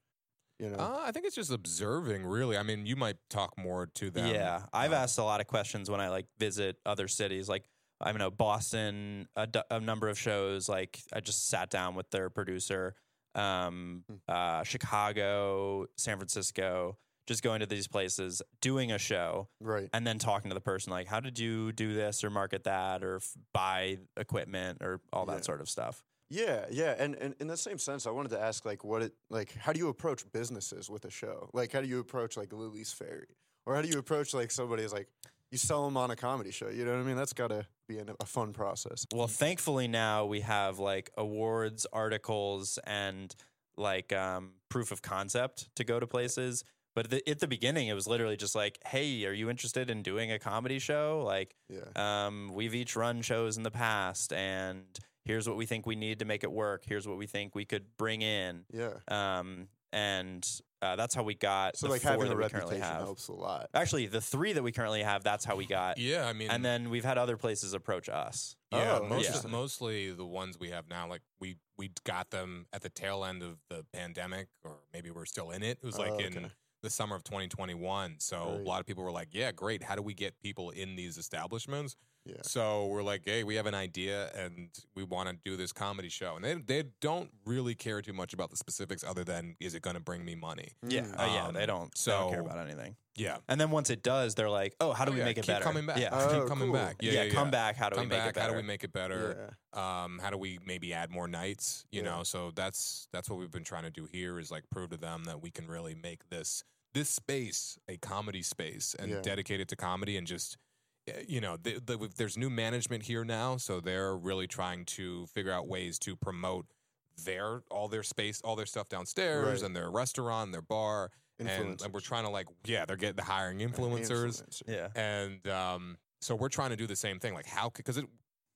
[SPEAKER 1] you know
[SPEAKER 3] Uh, I think it's just observing, really. I mean, you might talk more to them.
[SPEAKER 2] Yeah, I've
[SPEAKER 3] uh,
[SPEAKER 2] asked a lot of questions when I like visit other cities. Like I know Boston, a, du- a number of shows. Like I just sat down with their producer. Um,
[SPEAKER 1] Hmm.
[SPEAKER 2] uh, Chicago, San Francisco, just going to these places, doing a show,
[SPEAKER 1] right?
[SPEAKER 2] and then talking to the person like, how did you do this or market that or f- buy equipment or all that
[SPEAKER 1] Yeah.
[SPEAKER 2] sort of stuff.
[SPEAKER 1] Yeah, yeah, and, and in that same sense, I wanted to ask like what it like how do you approach businesses with a show? Like how do you approach like Lily's Fairy, or how do you approach like somebody is like you sell them on a comedy show? You know what I mean? That's got to be an, a fun process.
[SPEAKER 2] Well, thankfully now we have like awards, articles, and like um, proof of concept to go to places. But the, at the beginning, it was literally just like, "Hey, are you interested in doing a comedy show? Like,
[SPEAKER 1] Yeah,
[SPEAKER 2] um, we've each run shows in the past, and here's what we think we need to make it work. Here's what we think we could bring in."
[SPEAKER 1] yeah.
[SPEAKER 2] Um, and uh, that's how we got.
[SPEAKER 1] So
[SPEAKER 2] the
[SPEAKER 1] like
[SPEAKER 2] four
[SPEAKER 1] having
[SPEAKER 2] that
[SPEAKER 1] a
[SPEAKER 2] we currently
[SPEAKER 1] reputation
[SPEAKER 2] have.
[SPEAKER 1] helps a lot.
[SPEAKER 2] Actually, the three that we currently have, that's how we got.
[SPEAKER 3] Yeah, I mean,
[SPEAKER 2] And then we've had other places approach us.
[SPEAKER 3] yeah,
[SPEAKER 1] Oh,
[SPEAKER 3] most,
[SPEAKER 2] interesting.
[SPEAKER 3] mostly the ones we have now, like we we got them at the tail end of the pandemic, or maybe we're still in it. It was like
[SPEAKER 1] Oh,
[SPEAKER 3] in
[SPEAKER 1] okay.
[SPEAKER 3] the summer of 2021. So
[SPEAKER 1] Right.
[SPEAKER 3] a lot of people were like, "Yeah, great. How do we get people in these establishments?"
[SPEAKER 1] Yeah.
[SPEAKER 3] So we're like, "Hey, we have an idea, and we want to do this comedy show." And they they don't really care too much about the specifics, other than is it going to bring me money?
[SPEAKER 2] Yeah,
[SPEAKER 1] Mm.
[SPEAKER 2] oh, yeah, they
[SPEAKER 3] Um,
[SPEAKER 2] don't, they don't
[SPEAKER 3] so-
[SPEAKER 2] care about anything.
[SPEAKER 3] Yeah.
[SPEAKER 2] And then once it does, they're like, oh, how do
[SPEAKER 3] Oh,
[SPEAKER 2] we
[SPEAKER 3] yeah,
[SPEAKER 2] make it
[SPEAKER 3] keep
[SPEAKER 2] better?
[SPEAKER 3] Coming back.
[SPEAKER 2] Yeah,
[SPEAKER 1] Uh,
[SPEAKER 3] keep
[SPEAKER 1] Oh,
[SPEAKER 3] coming
[SPEAKER 1] cool.
[SPEAKER 3] back. Yeah, yeah,
[SPEAKER 2] come
[SPEAKER 3] yeah.
[SPEAKER 2] back. How do
[SPEAKER 3] Come
[SPEAKER 2] we make
[SPEAKER 3] back.
[SPEAKER 2] it better?
[SPEAKER 3] How do we make it better?
[SPEAKER 1] Yeah.
[SPEAKER 3] um, how do we maybe add more nights you
[SPEAKER 1] Yeah.
[SPEAKER 3] know so that's that's what we've been trying to do here is like prove to them that we can really make this this space a comedy space and
[SPEAKER 1] Yeah.
[SPEAKER 3] dedicate it to comedy and just eh, you know the, the, we've- there's new management here now so they're really trying to figure out ways to promote their all their space all their stuff downstairs
[SPEAKER 1] Right.
[SPEAKER 3] and their restaurant and their bar and,
[SPEAKER 1] Influencers.
[SPEAKER 3] and we're trying to like yeah they're getting hiring influencers
[SPEAKER 1] Influencer.
[SPEAKER 2] Yeah.
[SPEAKER 3] and um, so we're trying to do the same thing. Like how because it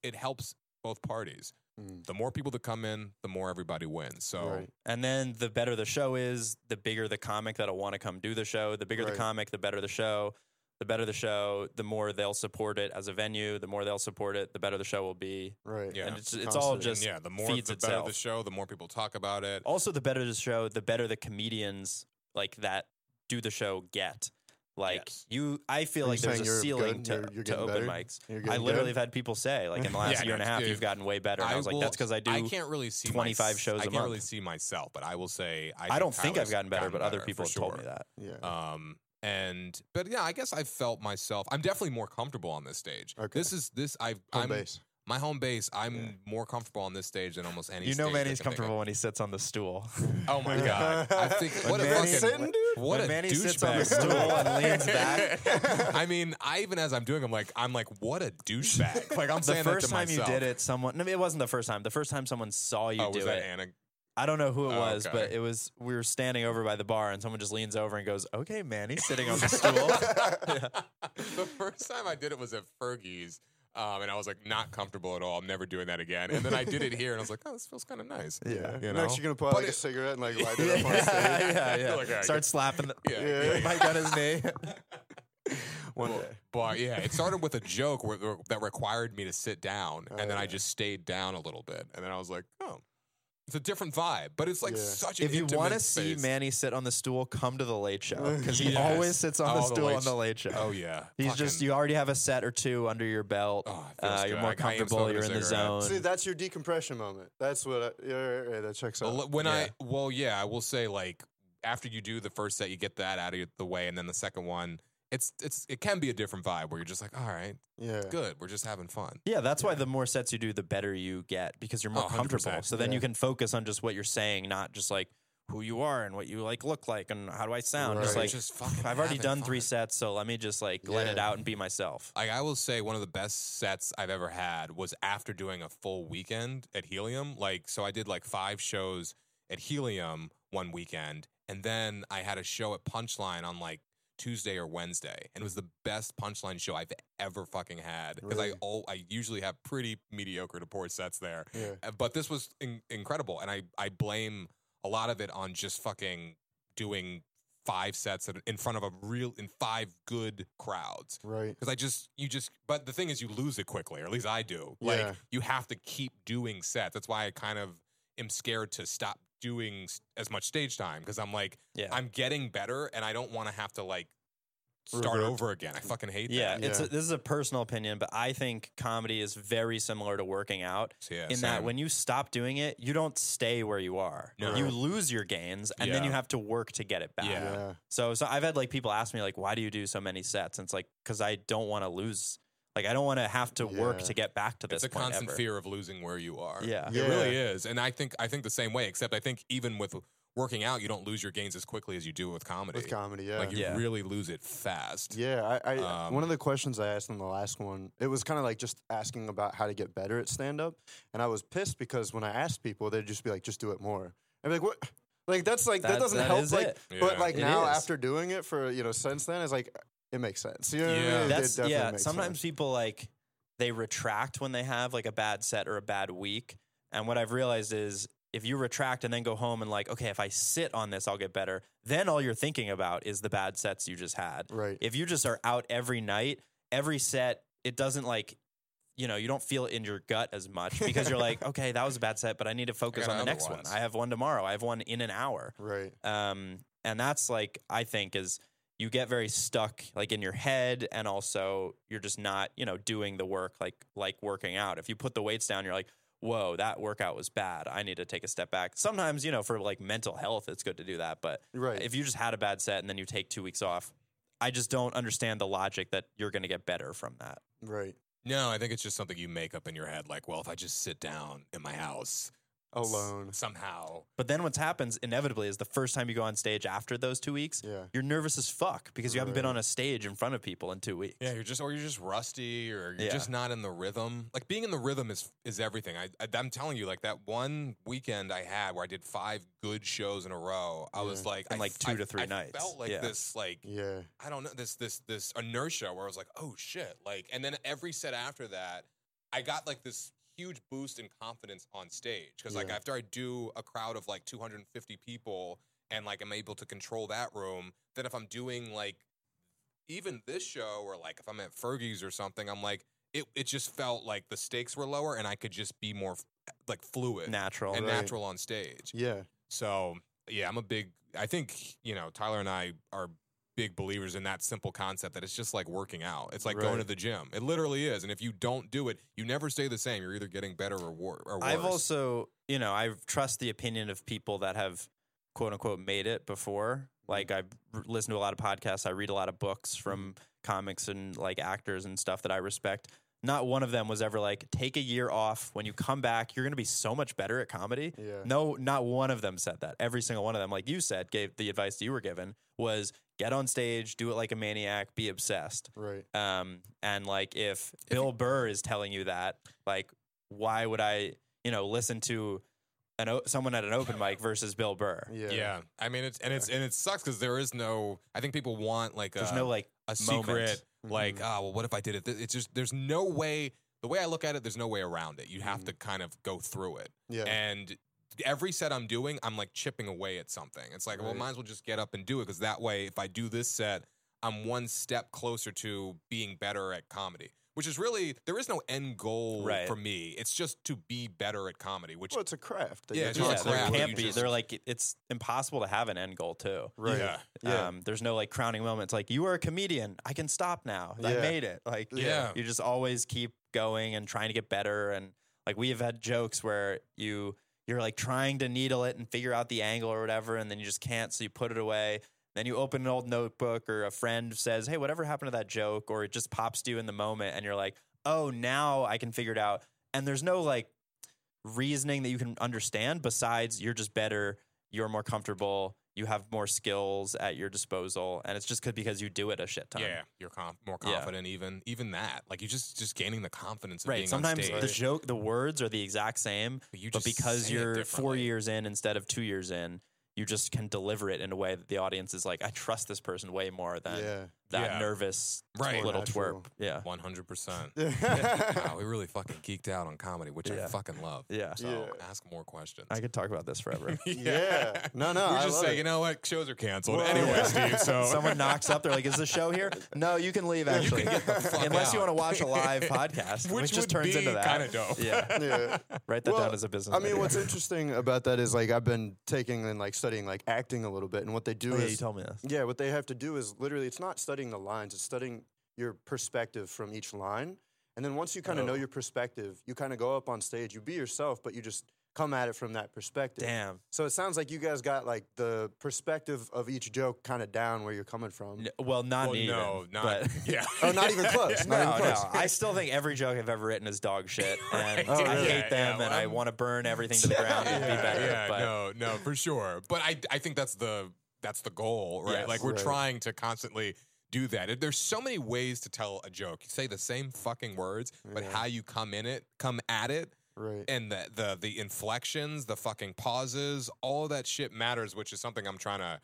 [SPEAKER 3] it helps both parties.
[SPEAKER 1] Mm.
[SPEAKER 3] The more people that come in, the more everybody wins. So
[SPEAKER 1] Right.
[SPEAKER 2] And then the better the show is, the bigger the comic that'll want to come do the show. The bigger the
[SPEAKER 1] Right.
[SPEAKER 2] comic, the better the show. The better the show, the more they'll support it as a venue. The more they'll support it, the better the show will be.
[SPEAKER 1] Right.
[SPEAKER 3] Yeah.
[SPEAKER 2] And it's, it's all
[SPEAKER 1] Constantly.
[SPEAKER 2] just
[SPEAKER 3] yeah, the more
[SPEAKER 2] feeds
[SPEAKER 3] the better
[SPEAKER 2] itself.
[SPEAKER 3] the show, the more people talk about it.
[SPEAKER 2] also the better the show the better the comedians like that do the show get like
[SPEAKER 3] Yes.
[SPEAKER 2] you i feel
[SPEAKER 1] Are you
[SPEAKER 2] like there's
[SPEAKER 1] saying
[SPEAKER 2] a
[SPEAKER 1] you're
[SPEAKER 2] ceiling
[SPEAKER 1] good?
[SPEAKER 2] to,
[SPEAKER 1] You're- you're
[SPEAKER 2] to
[SPEAKER 1] getting better?
[SPEAKER 2] open mics
[SPEAKER 1] You're
[SPEAKER 2] i
[SPEAKER 1] getting
[SPEAKER 2] literally
[SPEAKER 1] good?
[SPEAKER 2] have had people say like in the last
[SPEAKER 3] Yeah,
[SPEAKER 2] year and a
[SPEAKER 3] no,
[SPEAKER 2] half
[SPEAKER 3] dude.
[SPEAKER 2] you've gotten way better and i, was
[SPEAKER 3] will-
[SPEAKER 2] like that's because i do
[SPEAKER 3] I can't really see
[SPEAKER 2] 25
[SPEAKER 3] my,
[SPEAKER 2] shows
[SPEAKER 3] I
[SPEAKER 2] a
[SPEAKER 3] can't really
[SPEAKER 2] month.
[SPEAKER 3] see myself, but I will say I,
[SPEAKER 2] I don't think
[SPEAKER 3] Tyler's
[SPEAKER 2] i've gotten better but other
[SPEAKER 3] for
[SPEAKER 2] people have told me
[SPEAKER 3] sure.
[SPEAKER 2] that
[SPEAKER 1] Yeah.
[SPEAKER 3] Um, and but yeah, I guess I felt myself. I'm definitely more comfortable on this stage.
[SPEAKER 1] Okay.
[SPEAKER 3] This is this I
[SPEAKER 1] Home
[SPEAKER 3] I'm
[SPEAKER 1] base.
[SPEAKER 3] my home base. I'm
[SPEAKER 1] Yeah.
[SPEAKER 3] more comfortable on this stage than almost any.
[SPEAKER 2] you know
[SPEAKER 3] stage I
[SPEAKER 2] manny's
[SPEAKER 3] can think of.
[SPEAKER 2] comfortable when he sits on the stool
[SPEAKER 3] Oh my god! I think what a
[SPEAKER 1] Manny
[SPEAKER 3] fucking
[SPEAKER 1] sitting, dude?
[SPEAKER 3] what
[SPEAKER 2] when
[SPEAKER 3] a
[SPEAKER 2] manny sits
[SPEAKER 3] douchebag.
[SPEAKER 2] on the stool and leans back
[SPEAKER 3] I mean, I even as I'm doing, I'm like, I'm like, what a douchebag! Like I'm
[SPEAKER 2] the
[SPEAKER 3] saying that
[SPEAKER 2] first
[SPEAKER 3] to
[SPEAKER 2] time
[SPEAKER 3] myself.
[SPEAKER 2] you did it someone no, it wasn't the first time the first time someone saw you
[SPEAKER 3] oh,
[SPEAKER 2] do
[SPEAKER 3] was
[SPEAKER 2] it
[SPEAKER 3] that Anna?
[SPEAKER 2] I don't know who it
[SPEAKER 3] Oh,
[SPEAKER 2] was, but
[SPEAKER 3] okay.
[SPEAKER 2] it was we were standing over by the bar, and someone just leans over and goes, "Okay, man, he's sitting on the stool."
[SPEAKER 3] the first time I did it was at Fergie's, um, and I was like, not comfortable at all. I'm never doing that again. And then I did it here, and I was like, oh, this feels kind of nice.
[SPEAKER 1] Yeah.
[SPEAKER 3] you know.
[SPEAKER 1] Next, you're gonna pull out
[SPEAKER 3] But
[SPEAKER 1] like, a
[SPEAKER 3] it-
[SPEAKER 1] cigarette and like light it up on stage.
[SPEAKER 2] yeah, yeah, yeah.
[SPEAKER 3] Like, all right,
[SPEAKER 2] Starts slapping the
[SPEAKER 3] Yeah, yeah, yeah.
[SPEAKER 2] mic on his knee.
[SPEAKER 1] One
[SPEAKER 3] Well,
[SPEAKER 1] day.
[SPEAKER 3] But yeah, it started with a joke where, where- that required me to sit down,
[SPEAKER 2] Oh,
[SPEAKER 3] and then I
[SPEAKER 1] yeah.
[SPEAKER 3] just stayed down a little bit, and then I was like, oh, it's a different vibe. But it's like
[SPEAKER 1] Yeah.
[SPEAKER 3] such. An
[SPEAKER 2] if you
[SPEAKER 3] want
[SPEAKER 2] want to see Manny sit on the stool, come to the Late Show because he
[SPEAKER 3] Yes.
[SPEAKER 2] always sits on the
[SPEAKER 3] Oh, the
[SPEAKER 2] stool
[SPEAKER 3] Late
[SPEAKER 2] on the
[SPEAKER 3] Sh-
[SPEAKER 2] Late Show.
[SPEAKER 3] oh yeah,
[SPEAKER 2] He's just
[SPEAKER 3] Fucking-
[SPEAKER 2] you already have a set or two under your belt.
[SPEAKER 3] Oh, it feels
[SPEAKER 2] uh, you're
[SPEAKER 3] good.
[SPEAKER 2] more
[SPEAKER 3] I- I am
[SPEAKER 2] comfortable.
[SPEAKER 3] smoking a
[SPEAKER 2] You're in the
[SPEAKER 3] cigarette.
[SPEAKER 2] zone.
[SPEAKER 1] See, that's your decompression moment. That's what. I, yeah, right, right, that checks out.
[SPEAKER 3] Well, when I well, yeah, I will say like after you do the first set, you get that out of the way, and then the second one, it's it's it can be a different vibe where you're just like, all right,
[SPEAKER 1] yeah.
[SPEAKER 3] good, we're just having fun.
[SPEAKER 2] Yeah, that's why the more sets you do, the better you get because you're more
[SPEAKER 3] Oh, 100%,
[SPEAKER 2] comfortable. So then
[SPEAKER 1] yeah.
[SPEAKER 2] you can focus on just what you're saying, not just like who you are and what you like look like and how do I sound. Just
[SPEAKER 1] Right.
[SPEAKER 2] like
[SPEAKER 3] Just fucking
[SPEAKER 2] I've already
[SPEAKER 3] having
[SPEAKER 2] done
[SPEAKER 3] fun.
[SPEAKER 2] three sets, so let me just like let it
[SPEAKER 1] Yeah.
[SPEAKER 2] out and be myself.
[SPEAKER 3] Like I will say, one of the best sets I've ever had was after doing a full weekend at Helium. Like, so I did like five shows at Helium one weekend, and then I had a show at Punchline on like Tuesday or Wednesday, and it was the best Punchline show I've ever fucking had because I
[SPEAKER 1] Really?
[SPEAKER 3] all I usually have pretty mediocre to poor sets there,
[SPEAKER 1] Yeah.
[SPEAKER 3] Uh, but this was in- incredible, and I I blame a lot of it on just fucking doing five sets in- in front of a real in five good crowds
[SPEAKER 1] Right.
[SPEAKER 3] because I just you just but the thing is you lose it quickly, or at least I do. Like
[SPEAKER 1] Yeah.
[SPEAKER 3] you have to keep doing sets. That's why I kind of am scared to stop doing s- as much stage time because I'm like
[SPEAKER 2] Yeah.
[SPEAKER 3] I'm getting better and I don't want to have to like start
[SPEAKER 1] Revert.
[SPEAKER 3] over again. I fucking hate
[SPEAKER 2] yeah,
[SPEAKER 3] that.
[SPEAKER 2] it's
[SPEAKER 1] Yeah.
[SPEAKER 2] A, this is a personal opinion, but I think comedy is very similar to working out
[SPEAKER 3] So, yeah,
[SPEAKER 2] in that
[SPEAKER 3] same.
[SPEAKER 2] when you stop doing it, you don't stay where you are.
[SPEAKER 3] No.
[SPEAKER 2] You lose your gains and then
[SPEAKER 3] Yeah.
[SPEAKER 2] you have to work to get it back.
[SPEAKER 3] Yeah.
[SPEAKER 1] Yeah.
[SPEAKER 2] So so I've had like people ask me like why do you do so many sets? And it's like cuz I don't want to lose like I don't want to have to work
[SPEAKER 1] Yeah.
[SPEAKER 2] to get back to this
[SPEAKER 3] it's a
[SPEAKER 2] point
[SPEAKER 3] constant
[SPEAKER 2] ever.
[SPEAKER 3] fear of losing where you are.
[SPEAKER 2] Yeah.
[SPEAKER 3] it really is. And I think I think the same way. Except I think even with working out, you don't lose your gains as quickly as you do with comedy.
[SPEAKER 1] With comedy, yeah.
[SPEAKER 3] Like you
[SPEAKER 2] Yeah.
[SPEAKER 3] really lose it fast.
[SPEAKER 1] Yeah, I, I
[SPEAKER 3] Um,
[SPEAKER 1] one of the questions I asked in the last one, it was kind of like just asking about how to get better at stand up, and I was pissed because when I asked people, they'd just be like, "Just do it more." I'd be like, "What?" Like that's like that,
[SPEAKER 2] That-
[SPEAKER 1] doesn't
[SPEAKER 2] that
[SPEAKER 1] help.
[SPEAKER 2] is
[SPEAKER 1] Like,
[SPEAKER 2] it.
[SPEAKER 3] Yeah.
[SPEAKER 1] but like
[SPEAKER 2] It
[SPEAKER 1] now
[SPEAKER 2] is.
[SPEAKER 1] after doing it for you know since then, it's like it makes sense. You know what I
[SPEAKER 3] Yeah.
[SPEAKER 1] mean? It
[SPEAKER 2] That's
[SPEAKER 1] definitely
[SPEAKER 2] yeah,
[SPEAKER 1] makes
[SPEAKER 2] sometimes
[SPEAKER 1] sense.
[SPEAKER 2] people like they retract when they have like a bad set or a bad week. And what I've realized is if you retract and then go home and like, okay, if I sit on this, I'll get better. Then all you're thinking about is the bad sets you just had.
[SPEAKER 1] right.
[SPEAKER 2] if you just are out every night, every set, it doesn't like, you know, you don't feel it in your gut as much because you're like, okay, that was a bad set, but I need to focus
[SPEAKER 3] got
[SPEAKER 2] on the
[SPEAKER 3] other
[SPEAKER 2] next
[SPEAKER 3] ones.
[SPEAKER 2] one. I have one tomorrow. I have one in an hour.
[SPEAKER 1] right.
[SPEAKER 2] Um, and that's like, I think is you get very stuck like in your head and also you're just not, you know, doing the work like, like working out. If you put the weights down, you're like, whoa, that workout was bad. I need to take a step back. Sometimes, you know, for like mental health, it's good to do that, but
[SPEAKER 1] Right.
[SPEAKER 2] if you just had a bad set and then you take two weeks off, I just don't understand the logic that you're going to get better from that.
[SPEAKER 1] right.
[SPEAKER 3] No, I think it's just something you make up in your head. Like, well, if I just sit down in my house s-
[SPEAKER 1] Alone.
[SPEAKER 3] somehow,
[SPEAKER 2] But then what's happens inevitably is the first time you go on stage after those two weeks,
[SPEAKER 1] Yeah.
[SPEAKER 2] you're nervous as fuck because you haven't been
[SPEAKER 1] Right.
[SPEAKER 2] on a stage in front of people in two weeks.
[SPEAKER 3] yeah, you're just or you're just rusty or you're
[SPEAKER 2] Yeah.
[SPEAKER 3] just not in the rhythm. Like being in the rhythm is is everything. I, I I'm telling you, like that one weekend I had where I did five good shows in a row. I was
[SPEAKER 1] Yeah.
[SPEAKER 3] like,
[SPEAKER 2] In,
[SPEAKER 3] I
[SPEAKER 2] like,
[SPEAKER 3] f-
[SPEAKER 2] two
[SPEAKER 3] I-
[SPEAKER 2] to three
[SPEAKER 3] I
[SPEAKER 2] nights.
[SPEAKER 3] Felt like
[SPEAKER 2] Yeah.
[SPEAKER 3] this, like
[SPEAKER 1] Yeah.
[SPEAKER 3] I don't know this this this inertia where I was like, oh shit, like, and then every set after that, I got like this huge boost in confidence on stage because like
[SPEAKER 1] Yeah.
[SPEAKER 3] after I do a crowd of like 250 people and like I'm able to control that room, then if I'm doing like even this show or like if I'm at Fergie's or something, I'm like it it just felt like the stakes were lower and I could just be more f- like fluid
[SPEAKER 2] Natural.
[SPEAKER 3] and
[SPEAKER 1] Right.
[SPEAKER 3] natural on stage.
[SPEAKER 1] Yeah.
[SPEAKER 3] So yeah, I'm a big. I think you know Tyler and I are big believers in that simple concept that it's just like working out. It's like going
[SPEAKER 1] Right.
[SPEAKER 3] to the gym. It literally is. And if you don't do it, you never stay the same. You're either getting better or, wor- or worse.
[SPEAKER 2] I've also, you know, I trust the opinion of people that have quote unquote made it before. Like I listen to a lot of podcasts, I read a lot of books from comics and like actors and stuff that I respect. Not one of them was ever like, take a year off. When you come back, you're going to be so much better at comedy.
[SPEAKER 1] Yeah.
[SPEAKER 2] No, not one of them said that. Every single one of them, like you said, gave the advice you were given was get on stage, do it like a maniac, be obsessed.
[SPEAKER 1] Right.
[SPEAKER 2] Um, and like if Bill Burr is telling you that, like why would I, you know, listen to an o- someone at an open mic versus Bill Burr?
[SPEAKER 1] Yeah.
[SPEAKER 3] yeah. I mean, it's and it's and it sucks because there is no. I think people want like
[SPEAKER 2] There's
[SPEAKER 3] a,
[SPEAKER 2] no like
[SPEAKER 3] a secret.
[SPEAKER 2] moment. Mm-hmm.
[SPEAKER 3] Like ah, well, what if I did it? Th- It's just there's no way. The way I look at it, there's no way around it. You have
[SPEAKER 2] Mm-hmm.
[SPEAKER 3] to kind of go through it.
[SPEAKER 1] Mm-hmm. Yeah.
[SPEAKER 3] And every set I'm doing, I'm like chipping away at something. It's like, well,
[SPEAKER 1] Right.
[SPEAKER 3] might as well just get up and do it because that way, if I do this set, I'm one step closer to being better at comedy. Which is really there is no end goal
[SPEAKER 2] Right.
[SPEAKER 3] for me. It's just to be better at comedy. Which
[SPEAKER 1] well, it's a craft. that
[SPEAKER 3] Yeah,
[SPEAKER 1] you're
[SPEAKER 3] it's
[SPEAKER 2] Yeah,
[SPEAKER 3] just
[SPEAKER 1] constantly
[SPEAKER 3] crap.
[SPEAKER 2] there
[SPEAKER 3] where
[SPEAKER 2] can't
[SPEAKER 3] you
[SPEAKER 2] be.
[SPEAKER 3] just-
[SPEAKER 2] They're like it's impossible to have an end goal too.
[SPEAKER 1] Right.
[SPEAKER 3] yeah,
[SPEAKER 1] Yeah.
[SPEAKER 2] Um, there's no like crowning moments. Like you are a comedian. I can stop now. I
[SPEAKER 1] Yeah.
[SPEAKER 2] made it. Like
[SPEAKER 3] Yeah.
[SPEAKER 2] you just always keep going and trying to get better. And like we have had jokes where you you're like trying to needle it and figure out the angle or whatever, and then you just can't, so you put it away. Then you open an old notebook or a friend says, Hey, whatever happened to that joke? Or it just pops to you in the moment and you're like, Oh, now I can figure it out. And there's no like reasoning that you can understand besides you're just better you're more comfortable, you have more skills at your disposal, and it's just 'cause- because you do it a shit ton.
[SPEAKER 3] Yeah, you're conf- more
[SPEAKER 2] Yeah.
[SPEAKER 3] confident. Even even that, like you just just gaining the confidence of
[SPEAKER 2] Right.
[SPEAKER 3] being on
[SPEAKER 2] Sometimes
[SPEAKER 3] stage.
[SPEAKER 2] the joke, the words are the exact same,
[SPEAKER 3] but, you
[SPEAKER 2] but
[SPEAKER 3] just
[SPEAKER 2] because
[SPEAKER 3] say it
[SPEAKER 2] you're four
[SPEAKER 3] differently.
[SPEAKER 2] years in instead of two years in, you just can deliver it in a way that the audience is like, I trust this person way more than
[SPEAKER 1] yeah.
[SPEAKER 2] that
[SPEAKER 3] Yeah.
[SPEAKER 2] nervous
[SPEAKER 3] Right.
[SPEAKER 2] little
[SPEAKER 1] Natural.
[SPEAKER 2] twerp. Yeah.
[SPEAKER 3] One hundred percent. Wow,
[SPEAKER 1] Yeah.
[SPEAKER 3] we really fucking geeked out on comedy, which I
[SPEAKER 2] Yeah.
[SPEAKER 3] fucking love.
[SPEAKER 2] Yeah.
[SPEAKER 3] So
[SPEAKER 1] Yeah.
[SPEAKER 3] ask more questions.
[SPEAKER 2] I could talk about this forever.
[SPEAKER 1] Yeah. No, no,
[SPEAKER 3] We
[SPEAKER 1] Oh, I
[SPEAKER 3] just
[SPEAKER 1] love
[SPEAKER 3] say,
[SPEAKER 1] it.
[SPEAKER 3] you know what, shows are canceled
[SPEAKER 1] Well,
[SPEAKER 3] anyway,
[SPEAKER 1] yeah.
[SPEAKER 3] Steve. So
[SPEAKER 2] Someone knocks up. They're like, "Is the show here?" No, you can leave. Actually,
[SPEAKER 3] get the fuck
[SPEAKER 2] unless you
[SPEAKER 3] out.
[SPEAKER 2] want to watch a live podcast, which,
[SPEAKER 3] Which
[SPEAKER 2] just
[SPEAKER 3] would
[SPEAKER 2] turns
[SPEAKER 3] be
[SPEAKER 2] into that.
[SPEAKER 3] kinda dope.
[SPEAKER 2] Yeah,
[SPEAKER 1] yeah.
[SPEAKER 2] write that
[SPEAKER 1] Well,
[SPEAKER 2] down as a business.
[SPEAKER 1] I mean,
[SPEAKER 2] idea. Oh,
[SPEAKER 1] what's interesting about that is like I've been taking and like studying like acting a little bit, and what they do
[SPEAKER 2] Oh, yeah, you
[SPEAKER 1] is
[SPEAKER 2] told me this.
[SPEAKER 1] yeah, what they have to do is literally it's not studying the lines, it's studying your perspective from each line, and then once you kind of know
[SPEAKER 2] Oh.
[SPEAKER 1] your perspective, you kind of go up on stage, you be yourself, but you just come at it from that perspective.
[SPEAKER 2] Damn.
[SPEAKER 1] So it sounds like you guys got like the perspective of each joke kind of down where you're coming from.
[SPEAKER 2] N- Well, not
[SPEAKER 3] well,
[SPEAKER 2] even.
[SPEAKER 3] no, not
[SPEAKER 2] but-
[SPEAKER 3] yeah.
[SPEAKER 1] Oh, not even close. Not
[SPEAKER 2] No,
[SPEAKER 1] even
[SPEAKER 2] no.
[SPEAKER 1] close.
[SPEAKER 2] I still think every joke I've ever written is dog shit, and
[SPEAKER 1] Oh,
[SPEAKER 2] I
[SPEAKER 1] really?
[SPEAKER 2] hate
[SPEAKER 3] Yeah,
[SPEAKER 2] them,
[SPEAKER 3] yeah,
[SPEAKER 2] and I
[SPEAKER 3] well,
[SPEAKER 2] want to burn everything to the ground and
[SPEAKER 3] yeah,
[SPEAKER 2] be better.
[SPEAKER 3] yeah,
[SPEAKER 2] but
[SPEAKER 3] no, no, for sure. But I, I think that's the that's the goal, right?
[SPEAKER 2] Yes.
[SPEAKER 3] like we're
[SPEAKER 1] Right.
[SPEAKER 3] trying to constantly do that. There's so many ways to tell a joke. You say the same fucking words, but
[SPEAKER 1] Yeah.
[SPEAKER 3] how you come in it, come at it,
[SPEAKER 1] Right.
[SPEAKER 3] and the the the inflections, the fucking pauses, all of that shit matters, which is something I'm trying to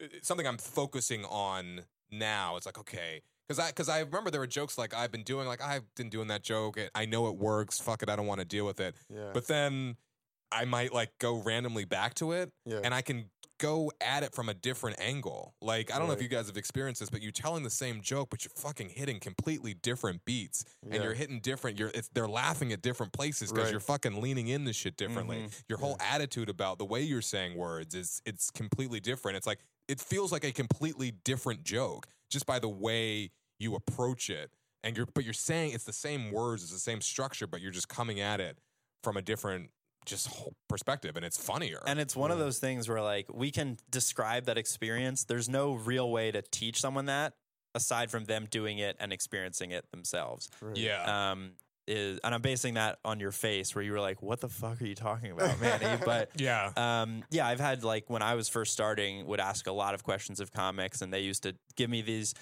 [SPEAKER 3] it's something I'm focusing on now. It's like okay, because I because I remember there were jokes like I've been doing, like I've been doing that joke. It, I know it works. Fuck it, I don't want to deal with it.
[SPEAKER 1] Yeah.
[SPEAKER 3] But then I might like go randomly back to it,
[SPEAKER 1] yeah.
[SPEAKER 3] and I can go at it from a different angle. Like I don't know if
[SPEAKER 1] Right.
[SPEAKER 3] you guys have experienced this, but you're telling the same joke, but you're fucking hitting completely different beats
[SPEAKER 1] yeah.
[SPEAKER 3] and you're hitting different. You're it's, they're laughing at different places because
[SPEAKER 1] Right. Mm-hmm.
[SPEAKER 3] you're fucking leaning into shit differently. Your whole attitude about the way you're saying words is it's completely different. It's like it feels like a completely different joke just by the way you approach it. And you're but you're saying it's the same words, it's the same structure, but you're just coming at it from a different just whole perspective, and it's funnier.
[SPEAKER 2] And it's one of those things where like we can describe that experience. There's no real way to teach someone that aside from them doing it and experiencing it themselves.
[SPEAKER 1] Right.
[SPEAKER 3] yeah.
[SPEAKER 2] Um is and I'm basing that on your face where you were like, What the fuck are you talking about, Manny? but
[SPEAKER 3] yeah.
[SPEAKER 2] um, yeah, I've had like when I was first starting, would ask a lot of questions of comics, and they used to give me these.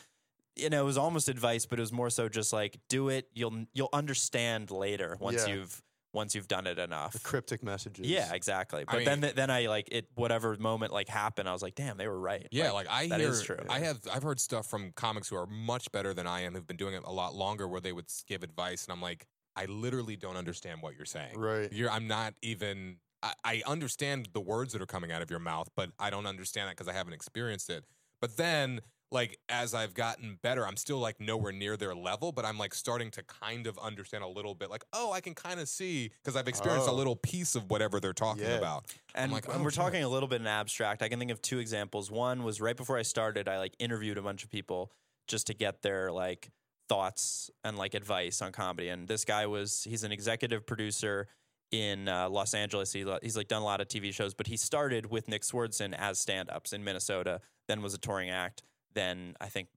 [SPEAKER 2] You know, it was almost advice, but it was more so just like do it. You'll you'll understand later once
[SPEAKER 1] Yeah.
[SPEAKER 2] you've once you've done it enough.
[SPEAKER 1] The cryptic messages.
[SPEAKER 2] Yeah, exactly.
[SPEAKER 3] I
[SPEAKER 2] But
[SPEAKER 3] mean-
[SPEAKER 2] then th- then I like it whatever moment like happened, I was like, damn, they were right.
[SPEAKER 3] Yeah, like, I
[SPEAKER 2] that
[SPEAKER 3] hear,
[SPEAKER 2] is true.
[SPEAKER 3] I have I've heard stuff from comics who are much better than I am, who've been doing it a lot longer, where they would s- give advice, and I'm like, I literally don't understand what you're saying.
[SPEAKER 1] Right.
[SPEAKER 3] You're, I'm not even. I, I understand the words that are coming out of your mouth, but I don't understand that because I haven't experienced it. But then, like as I've gotten better, I'm still like nowhere near their level, but I'm like starting to kind of understand a little bit. Like, oh, I can kind of see because I've experienced a
[SPEAKER 1] Oh.
[SPEAKER 3] little piece of whatever they're talking
[SPEAKER 1] Yeah.
[SPEAKER 3] about.
[SPEAKER 2] and
[SPEAKER 3] like,
[SPEAKER 2] and
[SPEAKER 3] oh,
[SPEAKER 2] we're
[SPEAKER 3] shit.
[SPEAKER 2] talking a little bit in abstract. I can think of two examples. One was right before I started, I like interviewed a bunch of people just to get their like thoughts and like advice on comedy. And this guy was he's an executive producer in uh, Los Angeles. He, he's like done a lot of TV shows, but he started with Nick Swardson as stand-ups in Minnesota, then was a touring act, then I think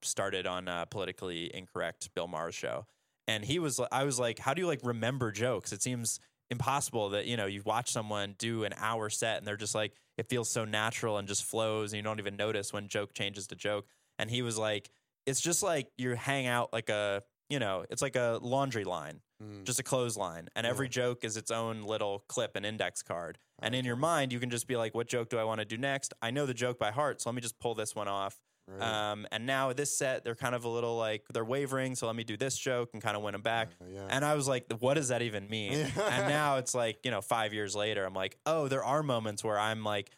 [SPEAKER 2] started on uh, politically incorrect Bill Maher's show. And he was, I was like, how do you like remember jokes? It seems impossible that you know you watch someone do an hour set and they're just like it feels so natural and just flows and you don't even notice when joke changes to joke and he was like it's just like you hang out like a you know it's like a laundry line
[SPEAKER 1] Mm.
[SPEAKER 2] just a clothesline and
[SPEAKER 1] Yeah.
[SPEAKER 2] every joke is its own little clip and index card and in your mind you can just be like what joke do i want to do next i know the joke by heart so let me just pull this one off
[SPEAKER 1] Right.
[SPEAKER 2] um, and now this set they're kind of a little like they're wavering so let me do this joke and kind of win them back
[SPEAKER 1] Uh, yeah.
[SPEAKER 2] and I was like, what does that even mean?
[SPEAKER 1] Yeah.
[SPEAKER 2] and now it's like, you know, five years later, I'm like, oh, there are moments where I'm like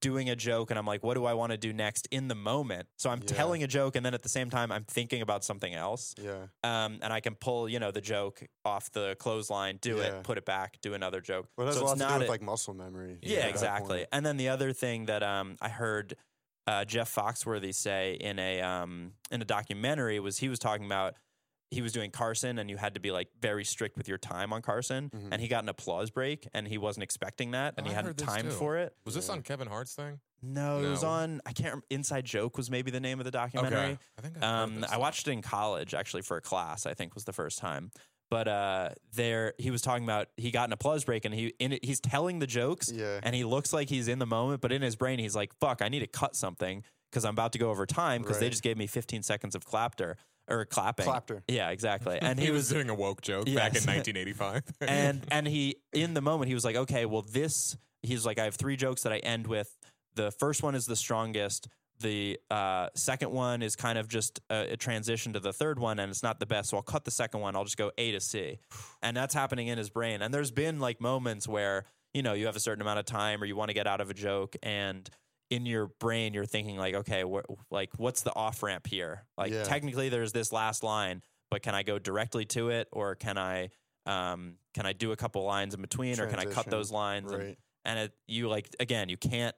[SPEAKER 2] doing a joke and I'm like, what do I want to do next in the moment? So I'm
[SPEAKER 1] Yeah.
[SPEAKER 2] telling a joke and then at the same time, I'm thinking about something else.
[SPEAKER 1] yeah.
[SPEAKER 2] Um, and I can pull, you know, the joke off the clothesline, do
[SPEAKER 1] Yeah.
[SPEAKER 2] it, put it back, do another joke.
[SPEAKER 1] Well, it has
[SPEAKER 2] so
[SPEAKER 1] a lot
[SPEAKER 2] it's
[SPEAKER 1] to
[SPEAKER 2] not
[SPEAKER 1] do with
[SPEAKER 2] a-
[SPEAKER 1] like muscle memory.
[SPEAKER 2] yeah,
[SPEAKER 1] at that
[SPEAKER 2] exactly.
[SPEAKER 1] point.
[SPEAKER 2] And then the other thing that um, I heard uh, Jeff Foxworthy say in a um, in a documentary was he was talking about he was doing Carson and you had to be like very strict with your time on Carson
[SPEAKER 1] Mhm.
[SPEAKER 2] and he got an applause break and he wasn't expecting that and
[SPEAKER 3] Mm-hmm. Oh,
[SPEAKER 2] he
[SPEAKER 3] I
[SPEAKER 2] hadn't
[SPEAKER 3] heard this
[SPEAKER 2] timed
[SPEAKER 3] too.
[SPEAKER 2] for it.
[SPEAKER 3] Was this
[SPEAKER 1] Yeah.
[SPEAKER 3] on Kevin Hart's thing?
[SPEAKER 2] No, it was
[SPEAKER 3] No.
[SPEAKER 2] on I can't rem Inside Joke was maybe the name of the documentary.
[SPEAKER 3] I think I, heard
[SPEAKER 2] Um,
[SPEAKER 3] this.
[SPEAKER 2] I watched it in college actually for a class, I think was the first time. But uh, there he was talking about he got an applause break and he in, he's telling the jokes
[SPEAKER 1] Yeah.
[SPEAKER 2] and he looks like he's in the moment, but in his brain he's like, "Fuck, I need to cut something because I'm about to go over time because they
[SPEAKER 1] Right.
[SPEAKER 2] just gave me 15 seconds of clapter or clapping."
[SPEAKER 1] Clapter.
[SPEAKER 2] Yeah, exactly. And
[SPEAKER 3] He,
[SPEAKER 2] he
[SPEAKER 3] was,
[SPEAKER 2] was
[SPEAKER 3] doing a woke joke back in
[SPEAKER 2] Yes.
[SPEAKER 3] 1985.
[SPEAKER 2] and and he in the moment he was like, okay, well this he's like, I have three jokes that I end with. The first one is the strongest. The uh, second one is kind of just a, a transition to the third one, and it's not the best. So I'll cut the second one. I'll just go A to C, and that's happening in his brain. And there's been like moments where you know you have a certain amount of time, or you want to get out of a joke, and in your brain you're thinking like, okay, wh- like what's the off ramp here? Like
[SPEAKER 1] Yeah.
[SPEAKER 2] technically there's this last line, but can I go directly to it, or can I um, can I do a couple lines in between, or can I cut
[SPEAKER 1] Transition,
[SPEAKER 2] those lines? And,
[SPEAKER 1] Right.
[SPEAKER 2] and it, you like again, you can't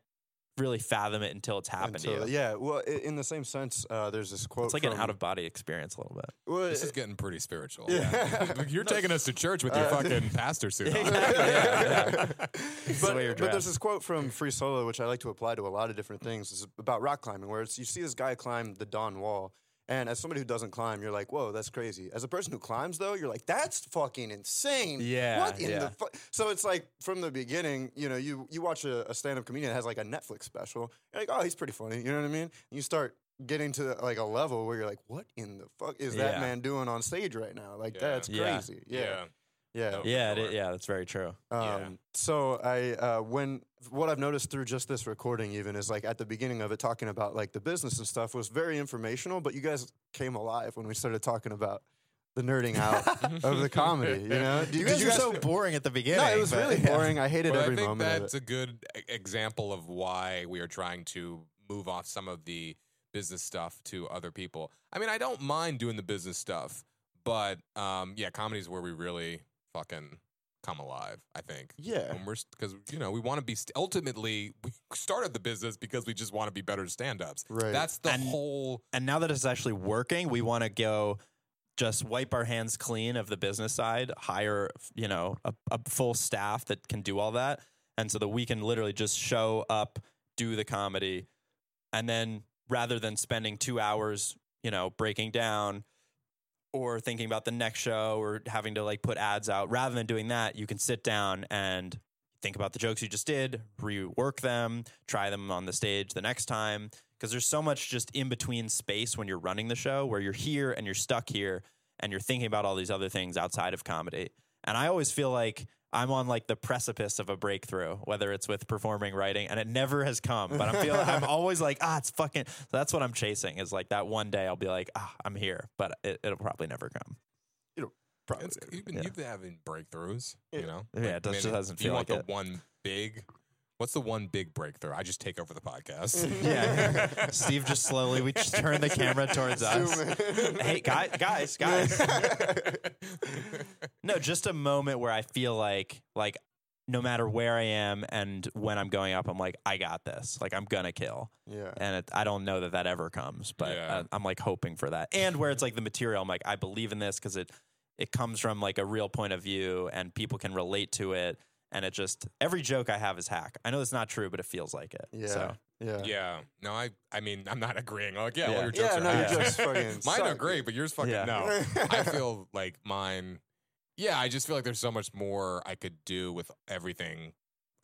[SPEAKER 2] really fathom it until it's happened to you.
[SPEAKER 1] Until- Yeah. Well, i- in the same sense, uh, there's this quote.
[SPEAKER 2] It's like
[SPEAKER 1] from,
[SPEAKER 2] an out of body experience a little bit.
[SPEAKER 1] Well,
[SPEAKER 3] this is getting pretty spiritual.
[SPEAKER 1] Yeah.
[SPEAKER 3] Like, You're taking us to church with your
[SPEAKER 1] Uh,
[SPEAKER 3] fucking pastor suit on.
[SPEAKER 2] the
[SPEAKER 1] but,
[SPEAKER 2] way you're
[SPEAKER 1] but there's
[SPEAKER 2] dressed.
[SPEAKER 1] this quote from Free Solo, which I like to apply to a lot of different things. It's about rock climbing, where it's you see this guy climb the Don Wall, and as somebody who doesn't climb, you're like, "Whoa, that's crazy." As a person who climbs, though, you're like, "That's fucking insane."
[SPEAKER 2] Yeah,
[SPEAKER 1] What in
[SPEAKER 2] yeah.
[SPEAKER 1] the fu-? So it's like from the beginning, you know, you you watch a, a stand-up comedian that has like a Netflix special. You're like, "Oh, he's pretty funny." You know what I mean? And you start getting to like a level where you're like, "What in the fuck is that
[SPEAKER 2] Yeah.
[SPEAKER 1] man doing on stage right now?" Like
[SPEAKER 3] Yeah.
[SPEAKER 1] that's
[SPEAKER 2] Yeah.
[SPEAKER 1] crazy. Yeah. Yeah.
[SPEAKER 3] No, for
[SPEAKER 2] Yeah, it i-
[SPEAKER 3] sure.
[SPEAKER 2] yeah, that's very true.
[SPEAKER 1] Um,
[SPEAKER 3] Yeah.
[SPEAKER 1] So I uh, when what I've noticed through just this recording even is like at the beginning of it talking about like the business and stuff was very informational, but you guys came alive when we started talking about the nerding out of the comedy. You know, did,
[SPEAKER 2] You
[SPEAKER 1] did
[SPEAKER 2] guys,
[SPEAKER 1] you
[SPEAKER 2] were
[SPEAKER 1] guys-
[SPEAKER 2] so boring at the beginning.
[SPEAKER 1] no, it was
[SPEAKER 2] but-
[SPEAKER 1] really
[SPEAKER 2] yeah.
[SPEAKER 1] boring. I hated
[SPEAKER 3] But
[SPEAKER 1] every
[SPEAKER 3] I think
[SPEAKER 1] moment of
[SPEAKER 3] that's
[SPEAKER 1] it.
[SPEAKER 3] a good e- example of why we are trying to move off some of the business stuff to other people. I mean, I don't mind doing the business stuff, but um, yeah, comedy is where we really fucking come alive. I think.
[SPEAKER 1] yeah,
[SPEAKER 3] And we're because you know we want to be st- ultimately we started the business because we just want to be better stand-ups.
[SPEAKER 1] right.
[SPEAKER 3] That's the
[SPEAKER 2] And-
[SPEAKER 3] whole
[SPEAKER 2] And now that it's actually working, we want to go just wipe our hands clean of the business side, hire, you know, a, a full staff that can do all that. And so that we can literally just show up, do the comedy, and then rather than spending two hours, you know, breaking down or thinking about the next show or having to like put ads out, rather than doing that, you can sit down and think about the jokes you just did, rework them, try them on the stage the next time. Because there's so much just in between space when you're running the show where you're here and you're stuck here and you're thinking about all these other things outside of comedy. And I always feel like I'm on like the precipice of a breakthrough, whether it's with performing, writing, and it never has come. But I'm feeling I'm always like, ah, it's fucking. So that's what I'm chasing is like that one day I'll be like, ah, I'm here, but it, it'll probably never come.
[SPEAKER 1] probably.
[SPEAKER 3] it's, you've been
[SPEAKER 2] yeah.
[SPEAKER 3] you've been having breakthroughs.
[SPEAKER 1] Yeah.
[SPEAKER 3] You know,
[SPEAKER 2] Yeah, it does-
[SPEAKER 3] maybe
[SPEAKER 2] just doesn't
[SPEAKER 3] you
[SPEAKER 2] feel
[SPEAKER 3] want
[SPEAKER 2] like
[SPEAKER 3] the one big. What's the one big breakthrough? I just take over the podcast.
[SPEAKER 2] Yeah, Steve just slowly we just turn the camera towards us.
[SPEAKER 1] Zoom in.
[SPEAKER 2] Hey guys, guys, guys. No, just a moment where I feel like like no matter where I am and when I'm going up, I'm like I got this. Like I'm gonna kill,
[SPEAKER 1] yeah.
[SPEAKER 2] and it, I don't know that that ever comes, but
[SPEAKER 3] Yeah.
[SPEAKER 2] uh, I'm like hoping for that. And where it's like the material, I'm like I believe in this because it it comes from like a real point of view and people can relate to it. And it just every joke I have is hack. I know it's not true, but it feels like it.
[SPEAKER 1] Yeah.
[SPEAKER 2] So
[SPEAKER 1] yeah.
[SPEAKER 3] Yeah. No, I I mean, I'm not agreeing. Like, yeah, all
[SPEAKER 2] Yeah.
[SPEAKER 3] your jokes
[SPEAKER 1] Yeah,
[SPEAKER 3] are
[SPEAKER 1] no,
[SPEAKER 2] your
[SPEAKER 3] hack.
[SPEAKER 1] jokes fucking
[SPEAKER 3] Mine are
[SPEAKER 1] suck.
[SPEAKER 3] great, but yours fucking
[SPEAKER 2] Yeah.
[SPEAKER 3] no. I feel like mine Yeah, I just feel like there's so much more I could do with everything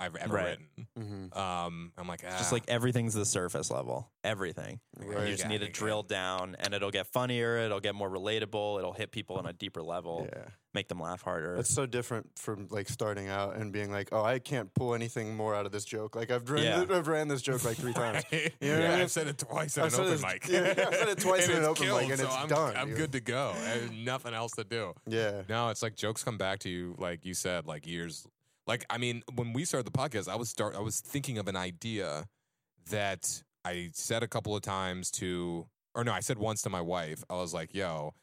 [SPEAKER 3] I've ever
[SPEAKER 2] Right.
[SPEAKER 3] written.
[SPEAKER 1] hmm
[SPEAKER 3] Um I'm like, ah,
[SPEAKER 2] It's just like everything's the surface level, everything.
[SPEAKER 1] Right.
[SPEAKER 2] You just
[SPEAKER 3] Yeah,
[SPEAKER 2] need to
[SPEAKER 3] yeah.
[SPEAKER 2] drill down, and it'll get funnier. It'll get more relatable. It'll hit people on a deeper level,
[SPEAKER 1] Yeah.
[SPEAKER 2] make them laugh harder.
[SPEAKER 1] That's so different from like starting out and being like, oh, I can't pull anything more out of this joke. Like I've ran,
[SPEAKER 2] Yeah.
[SPEAKER 1] I've ran this joke like three times.
[SPEAKER 3] Yeah,
[SPEAKER 1] You know what I mean?
[SPEAKER 3] I've said it twice in
[SPEAKER 1] I've
[SPEAKER 3] an
[SPEAKER 1] said
[SPEAKER 3] open
[SPEAKER 1] it-
[SPEAKER 3] mic.
[SPEAKER 1] yeah, I've said it twice in
[SPEAKER 3] And
[SPEAKER 1] an
[SPEAKER 3] it's
[SPEAKER 1] open mic,
[SPEAKER 3] killed,
[SPEAKER 1] and
[SPEAKER 3] so
[SPEAKER 1] it's
[SPEAKER 3] I'm,
[SPEAKER 1] done,
[SPEAKER 3] I'm
[SPEAKER 1] dude.
[SPEAKER 3] good to go. I have nothing else to do.
[SPEAKER 1] Yeah.
[SPEAKER 3] No, it's like jokes come back to you, like you said, like years. Like I mean, when we started the podcast, I was start. I was thinking of an idea that I said a couple of times to, or no, I said once to my wife. I was like, "Yo,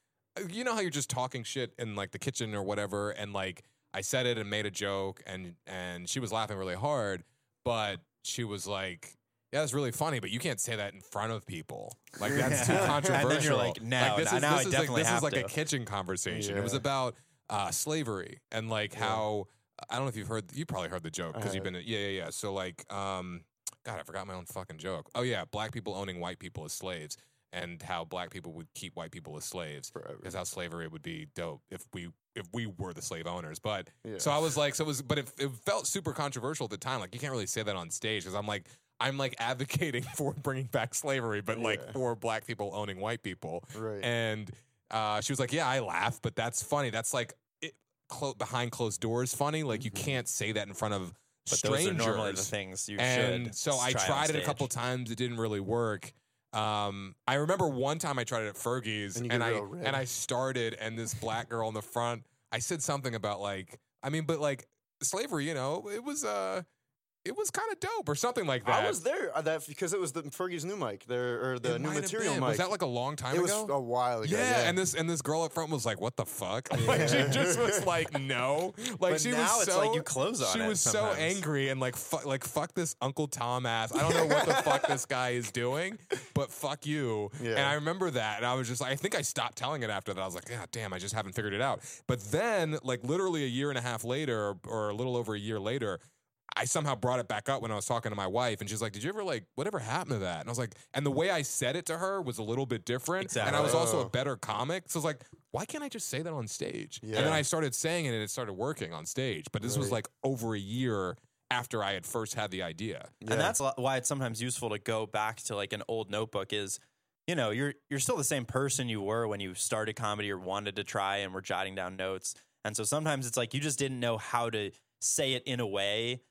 [SPEAKER 3] you know how you're just talking shit in like the kitchen or whatever," and like I said it and made a joke, and and she was laughing really hard, but she was like. Yeah, that's really funny, but you can't say that in front of people. Like that's too
[SPEAKER 2] Yeah. And then you're
[SPEAKER 3] controversial.
[SPEAKER 2] like, "No, no, now I
[SPEAKER 3] is
[SPEAKER 2] definitely
[SPEAKER 3] like, this
[SPEAKER 2] have
[SPEAKER 3] is like a
[SPEAKER 2] to."
[SPEAKER 3] kitchen conversation. It was
[SPEAKER 1] Yeah.
[SPEAKER 3] about uh, slavery and like
[SPEAKER 1] Yeah. Uh-huh.
[SPEAKER 3] how I don't know if you've heard. You probably heard the joke
[SPEAKER 1] I
[SPEAKER 3] because you've
[SPEAKER 1] have.
[SPEAKER 3] been. Yeah, yeah, yeah. So like, um, God, I forgot my own fucking joke. Oh yeah, black people owning white people as slaves, and how black people would keep white people as slaves
[SPEAKER 1] Forever.
[SPEAKER 3] is how slavery would be dope if we if we were the slave owners. But
[SPEAKER 1] Yeah.
[SPEAKER 3] so I was like, so it was, but it, it felt super controversial at the time. Like you can't really say that on stage because I'm like. I'm like advocating for bringing back slavery, but like
[SPEAKER 1] Yeah.
[SPEAKER 3] for black people owning white people.
[SPEAKER 1] Right.
[SPEAKER 3] And uh, she was like, "Yeah, I laugh, but that's funny. That's like it, clo- behind closed doors funny. Like you can't say that in front of
[SPEAKER 2] But
[SPEAKER 3] strangers."
[SPEAKER 2] those are normally the things you
[SPEAKER 3] and
[SPEAKER 2] should.
[SPEAKER 3] so I
[SPEAKER 2] try on
[SPEAKER 3] tried it a
[SPEAKER 2] stage.
[SPEAKER 3] couple times. It didn't really work. Um, I remember one time I tried it at Fergie's,
[SPEAKER 1] And
[SPEAKER 3] and,
[SPEAKER 1] you get
[SPEAKER 3] I
[SPEAKER 1] real red.
[SPEAKER 3] and I started, and this black girl in the front, I said something about like, I mean, but like slavery, you know, it was uh, it was kind of dope or something like that.
[SPEAKER 1] I was there uh, that because it was the Fergie's new mic there or the
[SPEAKER 3] It
[SPEAKER 1] new
[SPEAKER 3] might have
[SPEAKER 1] material
[SPEAKER 3] been.
[SPEAKER 1] mic.
[SPEAKER 3] Was that like a long time
[SPEAKER 1] it was
[SPEAKER 3] ago?
[SPEAKER 1] a while ago.
[SPEAKER 3] Yeah,
[SPEAKER 1] Yeah,
[SPEAKER 3] and this and this girl up front was like, "What the fuck?" Like she
[SPEAKER 1] Yeah.
[SPEAKER 3] just was like, "No." Like
[SPEAKER 2] But
[SPEAKER 3] she
[SPEAKER 2] now
[SPEAKER 3] was
[SPEAKER 2] it's
[SPEAKER 3] so
[SPEAKER 2] like you close on
[SPEAKER 3] she
[SPEAKER 2] it
[SPEAKER 3] was
[SPEAKER 2] sometimes.
[SPEAKER 3] so angry and like fu- like fuck this Uncle Tom ass. I don't know what the fuck this guy is doing, but fuck you.
[SPEAKER 1] Yeah.
[SPEAKER 3] And I remember that, and I was just like, I think I stopped telling it after that. I was like, God damn, I just haven't figured it out. But then, like literally a year and a half later, or, or a little over a year later. I somehow brought it back up when I was talking to my wife, and she's like, "Did you ever like whatever happened to that?" And I was like, "And the way I said it to her was a little bit different, and I was
[SPEAKER 1] Exactly.
[SPEAKER 3] also a
[SPEAKER 1] Oh.
[SPEAKER 3] better comic. So I was like, why can't I just say that on stage? And
[SPEAKER 1] Yeah.
[SPEAKER 3] then I started saying it and it started working on stage. But this was
[SPEAKER 1] Right.
[SPEAKER 3] like over a year after I had first had the idea.
[SPEAKER 1] Yeah.
[SPEAKER 2] and that's lo- why it's sometimes useful to go back to like an old notebook is you know you're you're still the same person you were when you started comedy or wanted to try and were jotting down notes and so sometimes it's like you just didn't know how to say it in a way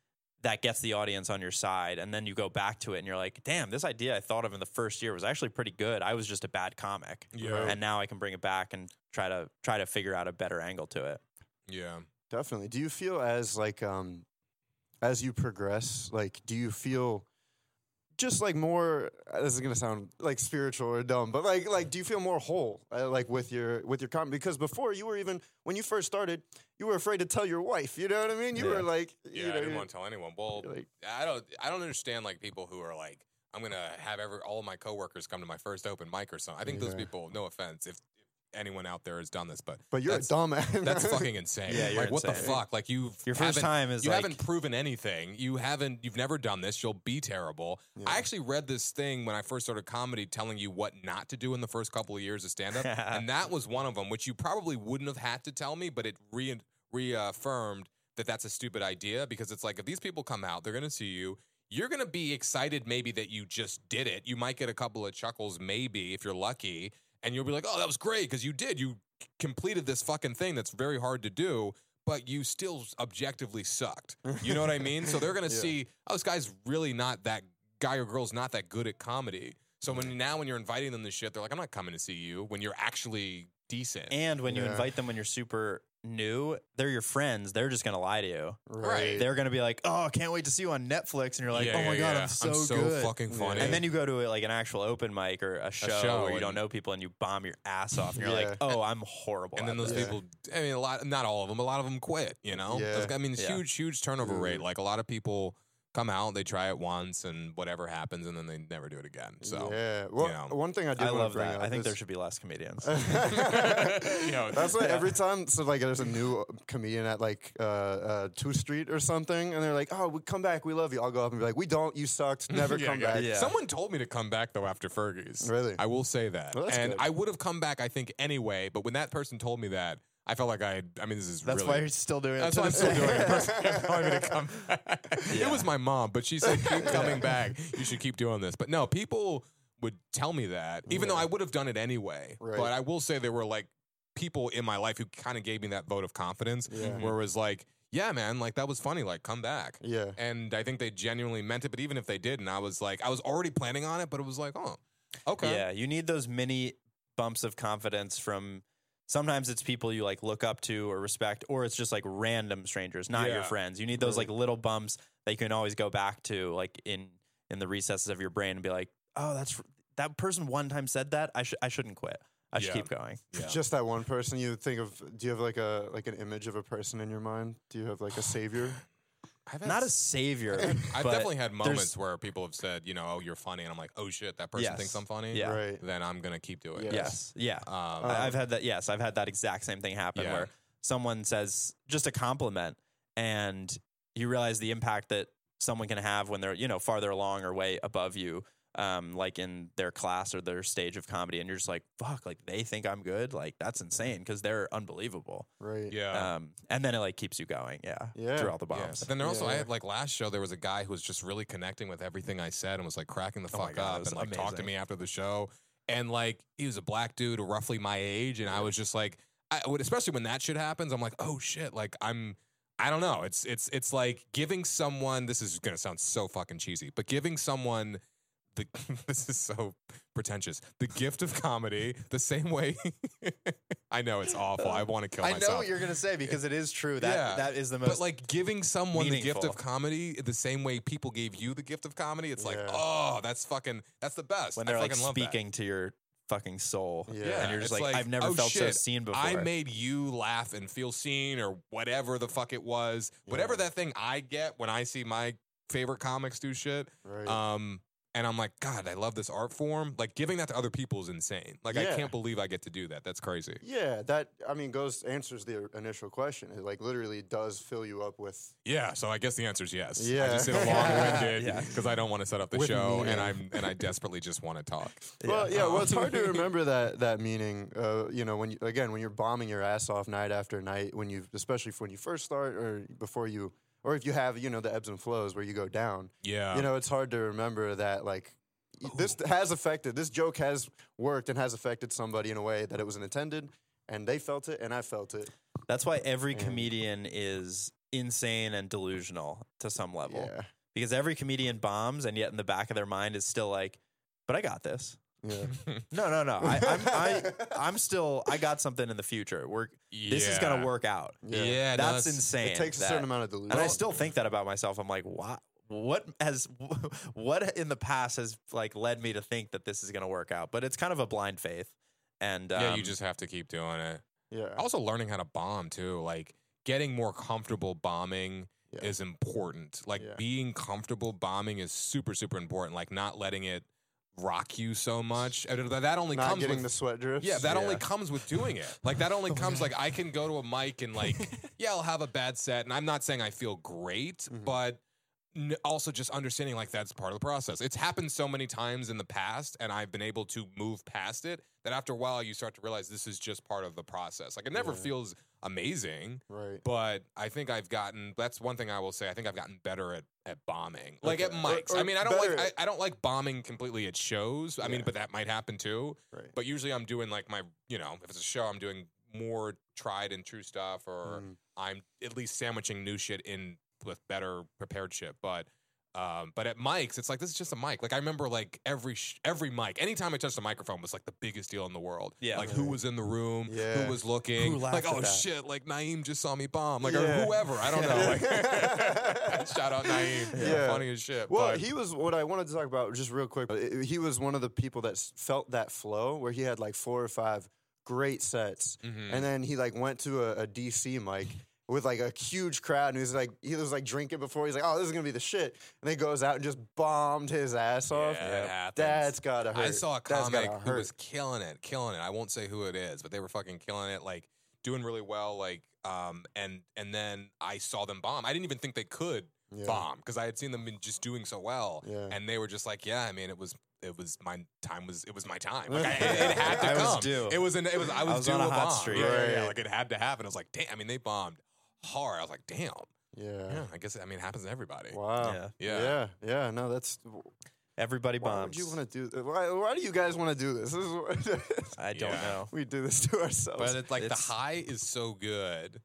[SPEAKER 2] that gets the audience on your side and then you go back to it and you're like damn this idea i thought of in the first year was actually pretty good i was just a bad comic
[SPEAKER 3] Yeah.
[SPEAKER 2] and now i can bring it back and try to try to figure out a better angle to it
[SPEAKER 3] Yeah.
[SPEAKER 1] definitely. Do you feel as like um as you progress, like do you feel just like more uh, this is going to sound like spiritual or dumb but like like do you feel more whole uh, like with your with your comedy because before you were even when you first started you were afraid to tell your wife you know what i mean you
[SPEAKER 2] Yeah.
[SPEAKER 1] were like
[SPEAKER 3] Yeah,
[SPEAKER 1] you know,
[SPEAKER 3] I didn't
[SPEAKER 1] you-
[SPEAKER 3] want to tell anyone. Well,
[SPEAKER 1] you're like
[SPEAKER 3] I don't I don't understand like people who are like, I'm gonna have every all of my coworkers come to my first open mic or something. I think those
[SPEAKER 1] Yeah.
[SPEAKER 3] people, no offense, if, if anyone out there has done this, but
[SPEAKER 1] but you're a
[SPEAKER 3] that's-
[SPEAKER 1] dumbass
[SPEAKER 3] That's fucking insane.
[SPEAKER 2] Yeah, you're
[SPEAKER 3] like what the
[SPEAKER 2] insane.
[SPEAKER 3] fuck? Like you
[SPEAKER 2] Your first time is
[SPEAKER 3] you
[SPEAKER 2] like-
[SPEAKER 3] haven't proven anything. You haven't you've never done this. You'll be terrible.
[SPEAKER 1] Yeah.
[SPEAKER 3] I actually read this thing when I first started comedy telling you what not to do in the first couple of years of stand up. and that was one of them which you probably wouldn't have had to tell me, but it re- reaffirmed that that's a stupid idea because it's like if these people come out, they're going to see you you're going to be excited maybe that you just did it. You might get a couple of chuckles, maybe, if you're lucky. And you'll be like, oh, that was great because you did. You c- completed this fucking thing that's very hard to do, but you still objectively sucked. You know what I mean? So they're going to
[SPEAKER 1] Yeah.
[SPEAKER 3] see, oh, this guy's really not that guy or girl's not that good at comedy. So when now when you're inviting them to shit, they're like, I'm not coming to see you when you're actually decent.
[SPEAKER 2] and when you
[SPEAKER 1] Yeah.
[SPEAKER 2] invite them when you're super new they're your friends they're just going to lie to you
[SPEAKER 3] Right.
[SPEAKER 2] they're gonna be like, "Oh, I can't wait to see you on Netflix," and you're like,
[SPEAKER 3] Yeah,
[SPEAKER 2] "Oh my
[SPEAKER 3] yeah,
[SPEAKER 2] god,
[SPEAKER 3] yeah.
[SPEAKER 2] I'm so,
[SPEAKER 3] so
[SPEAKER 2] good."
[SPEAKER 3] fucking
[SPEAKER 1] Yeah.
[SPEAKER 3] funny.
[SPEAKER 2] and then you go to like an actual open mic or a show,
[SPEAKER 3] show
[SPEAKER 2] where you don't
[SPEAKER 3] and-
[SPEAKER 2] know people and you bomb your ass off, and you're
[SPEAKER 1] Yeah.
[SPEAKER 2] like, "Oh, I'm horrible."
[SPEAKER 3] and then
[SPEAKER 2] at
[SPEAKER 3] those
[SPEAKER 2] this."
[SPEAKER 1] Yeah.
[SPEAKER 3] people i mean a lot not all of them a lot of them quit you know
[SPEAKER 1] Yeah.
[SPEAKER 3] Those- i mean it's
[SPEAKER 2] Yeah. Mm.
[SPEAKER 3] huge huge turnover rate
[SPEAKER 1] Mhm.
[SPEAKER 3] like a lot of people come out they try it once and whatever happens and then they never do it again so
[SPEAKER 1] yeah well
[SPEAKER 3] you know.
[SPEAKER 1] one thing i did
[SPEAKER 2] I
[SPEAKER 1] wanna
[SPEAKER 2] love
[SPEAKER 1] bring
[SPEAKER 2] that.
[SPEAKER 1] up
[SPEAKER 2] I think
[SPEAKER 1] is-
[SPEAKER 2] there should be less comedians.
[SPEAKER 3] Yo,
[SPEAKER 1] That's why every time, so like, there's a new comedian at like uh, uh, Two Street or something, and they're like, "Oh, we come back, we love you." I'll go up and be like, "We don't, you sucked, never
[SPEAKER 3] Yeah,
[SPEAKER 1] come
[SPEAKER 3] yeah.
[SPEAKER 1] back."
[SPEAKER 2] Yeah.
[SPEAKER 3] Someone told me to come back though after Fergie's.
[SPEAKER 1] Really?
[SPEAKER 3] I will say that.
[SPEAKER 1] Well, that's
[SPEAKER 3] and
[SPEAKER 1] good.
[SPEAKER 3] I would have come back, I think, anyway. But when that person told me that, I felt like I. had- I mean, this is
[SPEAKER 2] That's
[SPEAKER 3] really.
[SPEAKER 2] why you're still doing
[SPEAKER 3] That's
[SPEAKER 2] it.
[SPEAKER 3] why I'm still doing it. The person kept telling me to come back. It
[SPEAKER 2] Yeah.
[SPEAKER 3] was my mom, but she said, keep coming back. You should keep doing this. But no, people would tell me that, even though I would have done it anyway.
[SPEAKER 1] Right.
[SPEAKER 3] But I will say there were like people in my life who kind of gave me that vote of confidence,
[SPEAKER 1] Yeah.
[SPEAKER 3] where it was like, yeah, man, like that was funny. Like, come back.
[SPEAKER 1] Yeah.
[SPEAKER 3] And I think they genuinely meant it. But even if they didn't, I was like, I was already planning on it, but it was like, oh, okay.
[SPEAKER 2] Yeah, you need those mini bumps of confidence from. Sometimes it's people you like look up to or respect, or it's just like random strangers, not
[SPEAKER 3] Yeah.
[SPEAKER 2] your friends. You need those
[SPEAKER 1] Right.
[SPEAKER 2] like little bumps that you can always go back to, like in in the recesses of your brain, and be like, "Oh, that's that person one time said that. I should I shouldn't quit. I should
[SPEAKER 3] Yeah.
[SPEAKER 2] keep going."
[SPEAKER 3] Yeah.
[SPEAKER 1] Just that one person you think of. Do you have like a like an image of a person in your mind? Do you have like a savior?
[SPEAKER 3] I've had
[SPEAKER 2] Not a savior.
[SPEAKER 3] I've
[SPEAKER 2] but
[SPEAKER 3] definitely had
[SPEAKER 2] there's-
[SPEAKER 3] moments where people have said, you know, oh, you're funny. And I'm like, oh shit, that person
[SPEAKER 2] Yes.
[SPEAKER 3] thinks I'm funny.
[SPEAKER 2] Yeah.
[SPEAKER 1] Right.
[SPEAKER 3] Then I'm going to keep doing it.
[SPEAKER 2] Yes. Yeah.
[SPEAKER 3] Um,
[SPEAKER 2] I- I've had that. Yes, I've had that exact same thing happen
[SPEAKER 3] Yeah.
[SPEAKER 2] where someone says just a compliment, and you realize the impact that someone can have when they're you know farther along or way above you um, like in their class or their stage of comedy, and you're just like, fuck, like they think I'm good, like that's insane because they're unbelievable.
[SPEAKER 1] Right.
[SPEAKER 3] Yeah.
[SPEAKER 2] Um, and then it like keeps you going, yeah,
[SPEAKER 1] Yeah.
[SPEAKER 2] through all the
[SPEAKER 3] Yeah.
[SPEAKER 2] bombs.
[SPEAKER 3] But then there also, I
[SPEAKER 1] Yeah.
[SPEAKER 3] had like last show, there was a guy who was just really connecting with everything I said and was like cracking the
[SPEAKER 2] Oh my
[SPEAKER 3] fuck
[SPEAKER 2] God, that
[SPEAKER 3] up
[SPEAKER 2] was
[SPEAKER 3] and like talked to
[SPEAKER 2] amazing.
[SPEAKER 3] me after the show. And like, he was a black dude, roughly my age. And I was just like, I would, especially when that shit happens, I'm like, oh shit, like I'm, I don't know. It's, it's, it's like giving someone, this is going to sound so fucking cheesy, but giving someone the, this is so pretentious, the gift of comedy, the same way. I know it's awful. I want to kill
[SPEAKER 1] I
[SPEAKER 3] myself.
[SPEAKER 1] know what you're gonna say because it is true. That
[SPEAKER 3] Yeah.
[SPEAKER 1] that is the
[SPEAKER 3] But
[SPEAKER 1] most.
[SPEAKER 3] like giving someone the gift of
[SPEAKER 2] meaningful.
[SPEAKER 3] comedy the same way people gave you the gift of comedy, it's like,
[SPEAKER 1] Yeah.
[SPEAKER 3] oh, that's fucking, that's the best.
[SPEAKER 2] when
[SPEAKER 3] I
[SPEAKER 2] they're like
[SPEAKER 3] fucking love that.
[SPEAKER 2] speaking to your fucking soul,
[SPEAKER 1] Yeah.
[SPEAKER 2] and you're just
[SPEAKER 3] It's like,
[SPEAKER 2] like, I've never
[SPEAKER 3] oh,
[SPEAKER 2] felt so
[SPEAKER 3] shit,
[SPEAKER 2] seen before.
[SPEAKER 3] I made you laugh and feel seen, or whatever the fuck it was, whatever that thing I get when I see my favorite comics do shit.
[SPEAKER 1] right.
[SPEAKER 3] Um, and I'm like, God, I love this art form. Like giving that to other people is insane. Like I
[SPEAKER 1] Yeah.
[SPEAKER 3] can't believe I get to do that. That's crazy.
[SPEAKER 1] yeah, that I mean goes answers the initial question. It like literally does fill you up with
[SPEAKER 3] Yeah, so I guess the answer is yes. I
[SPEAKER 1] Yeah.
[SPEAKER 3] just did a long-winded
[SPEAKER 2] Yeah.
[SPEAKER 3] because I don't want to set up the
[SPEAKER 1] With
[SPEAKER 3] show,
[SPEAKER 1] meaning.
[SPEAKER 3] and I'm and I desperately just want to talk.
[SPEAKER 1] Well, yeah. Well, it's hard to
[SPEAKER 3] Um,
[SPEAKER 1] remember that that meaning. Uh, you know, when you, again, when you're bombing your ass off night after night, when you, especially when you first start or before you, or if you have, you know, the ebbs and flows where you go down.
[SPEAKER 3] Yeah,
[SPEAKER 1] you know, it's hard to remember that like. y- This has affected. This joke has worked and has affected somebody in a way that it was intended, and they felt it, and I felt it.
[SPEAKER 2] That's why every
[SPEAKER 1] Mm.
[SPEAKER 2] comedian is insane and delusional to some level.
[SPEAKER 1] Yeah,
[SPEAKER 2] Because every comedian bombs, and yet in the back of their mind is still like, but I got this.
[SPEAKER 1] yeah,
[SPEAKER 2] No, no, no. I, I'm, I, I'm still, I got something in the future. We're, this is going
[SPEAKER 3] Yeah.
[SPEAKER 2] to work out.
[SPEAKER 1] yeah.
[SPEAKER 3] Yeah, no,
[SPEAKER 2] That's insane.
[SPEAKER 1] It takes a
[SPEAKER 2] that-
[SPEAKER 1] certain amount of delusion,
[SPEAKER 2] And I still think that about myself. I'm like, what? What has what in the past has like led me to think that this is going to work out? But it's kind of a blind faith, and um,
[SPEAKER 3] Yeah, you just have to keep doing it.
[SPEAKER 1] yeah,
[SPEAKER 3] Also, learning how to bomb too, like getting more comfortable bombing
[SPEAKER 1] Yeah.
[SPEAKER 3] is important. Like
[SPEAKER 1] Yeah.
[SPEAKER 3] being comfortable bombing is super super important. Like not letting it rock you so much. And That that only
[SPEAKER 1] not
[SPEAKER 3] comes
[SPEAKER 1] getting
[SPEAKER 3] with
[SPEAKER 1] the sweat drips.
[SPEAKER 3] Yeah, that only comes with doing it. Like that only comes like I can go to a mic and like yeah, I'll have a bad set and I'm not saying I feel great,
[SPEAKER 1] Mhm.
[SPEAKER 3] but n- also just understanding like that's part of the process. It's happened so many times in the past and I've been able to move past it that after a while you start to realize this is just part of the process. Like it never
[SPEAKER 1] Yeah.
[SPEAKER 3] feels amazing,
[SPEAKER 1] right.
[SPEAKER 3] but I think I've gotten that's one thing I will say. I think I've gotten better at at bombing. Like at
[SPEAKER 1] Okay.
[SPEAKER 3] mics.
[SPEAKER 1] Or-
[SPEAKER 3] I
[SPEAKER 1] or
[SPEAKER 3] mean, I don't like
[SPEAKER 1] better
[SPEAKER 3] I,
[SPEAKER 1] at-
[SPEAKER 3] I don't like bombing completely at shows. I mean,
[SPEAKER 1] Yeah.
[SPEAKER 3] but that might happen too.
[SPEAKER 1] Right.
[SPEAKER 3] But usually I'm doing like my, you know, if it's a show, I'm doing more tried and true stuff, or
[SPEAKER 1] Mm.
[SPEAKER 3] I'm at least sandwiching new shit in with better prepared shit. But, um, but at mics, it's like this is just a mic. Like I remember, like every sh- every mic, anytime I touched a microphone was like the biggest deal in the world.
[SPEAKER 2] Yeah.
[SPEAKER 3] like who was in the room,
[SPEAKER 1] Yeah.
[SPEAKER 3] who was looking,
[SPEAKER 2] Who laughed
[SPEAKER 3] like
[SPEAKER 2] at
[SPEAKER 3] oh
[SPEAKER 2] that?
[SPEAKER 3] shit, like Naeem just saw me bomb, like or
[SPEAKER 1] Yeah.
[SPEAKER 3] whoever. I don't know. Like, shout out Naeem,
[SPEAKER 1] Yeah.
[SPEAKER 3] funny as shit.
[SPEAKER 1] Well,
[SPEAKER 3] but-
[SPEAKER 1] he was what I wanted to talk about just real quick. uh, He was one of the people that s- felt that flow where he had like four or five great sets,
[SPEAKER 3] Mhm.
[SPEAKER 1] and then he like went to a, a DC mic with like a huge crowd, and he was like he was like drinking before. He's like, "Oh, this is gonna be the shit," and then he goes out and just bombed his ass off.
[SPEAKER 3] Yeah, that happens.
[SPEAKER 1] That's gotta hurt.
[SPEAKER 3] I saw a
[SPEAKER 1] That's gotta
[SPEAKER 3] comic who
[SPEAKER 1] hurt.
[SPEAKER 3] was killing it, killing it. I won't say who it is, but they were fucking killing it, like doing really well, like um and and then I saw them bomb. I didn't even think they could
[SPEAKER 1] Yeah.
[SPEAKER 3] bomb because I had seen them in just doing so well,
[SPEAKER 1] Yeah.
[SPEAKER 3] and they were just like, yeah, I mean, it was it was my time was it was my time. Like I, it, it had to
[SPEAKER 2] I was
[SPEAKER 3] come.
[SPEAKER 2] due.
[SPEAKER 3] It was an it was I was,
[SPEAKER 2] was
[SPEAKER 3] due
[SPEAKER 2] on a hot
[SPEAKER 3] bomb.
[SPEAKER 2] streak.
[SPEAKER 3] Yeah, yeah, yeah,
[SPEAKER 1] Right.
[SPEAKER 3] like it had to happen. I was like, damn. I mean, they bombed hard. I was like, damn.
[SPEAKER 1] Yeah.
[SPEAKER 3] Yeah, I guess I mean it happens to everybody.
[SPEAKER 1] Wow.
[SPEAKER 2] Yeah.
[SPEAKER 3] Yeah.
[SPEAKER 1] Yeah. Yeah. No, that's
[SPEAKER 2] everybody
[SPEAKER 1] why would
[SPEAKER 2] bombs.
[SPEAKER 1] you want to do? Why, why do you guys want to do this? This is what,
[SPEAKER 2] I don't
[SPEAKER 3] Yeah.
[SPEAKER 2] know.
[SPEAKER 1] we do this to ourselves.
[SPEAKER 3] But it's like
[SPEAKER 2] It's-
[SPEAKER 3] the high is so good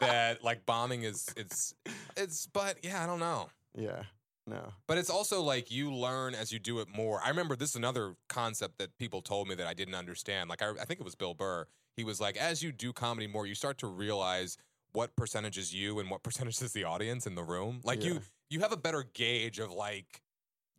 [SPEAKER 3] that like bombing is it's it's but yeah, I don't know.
[SPEAKER 1] yeah. No.
[SPEAKER 3] But it's also like you learn as you do it more. I remember this is another concept that people told me that I didn't understand. Like I, I think it was Bill Burr. He was like, as you do comedy more, you start to realize what percentage is you and what percentage is the audience in the room. Like
[SPEAKER 1] Yeah.
[SPEAKER 3] you you have a better gauge of like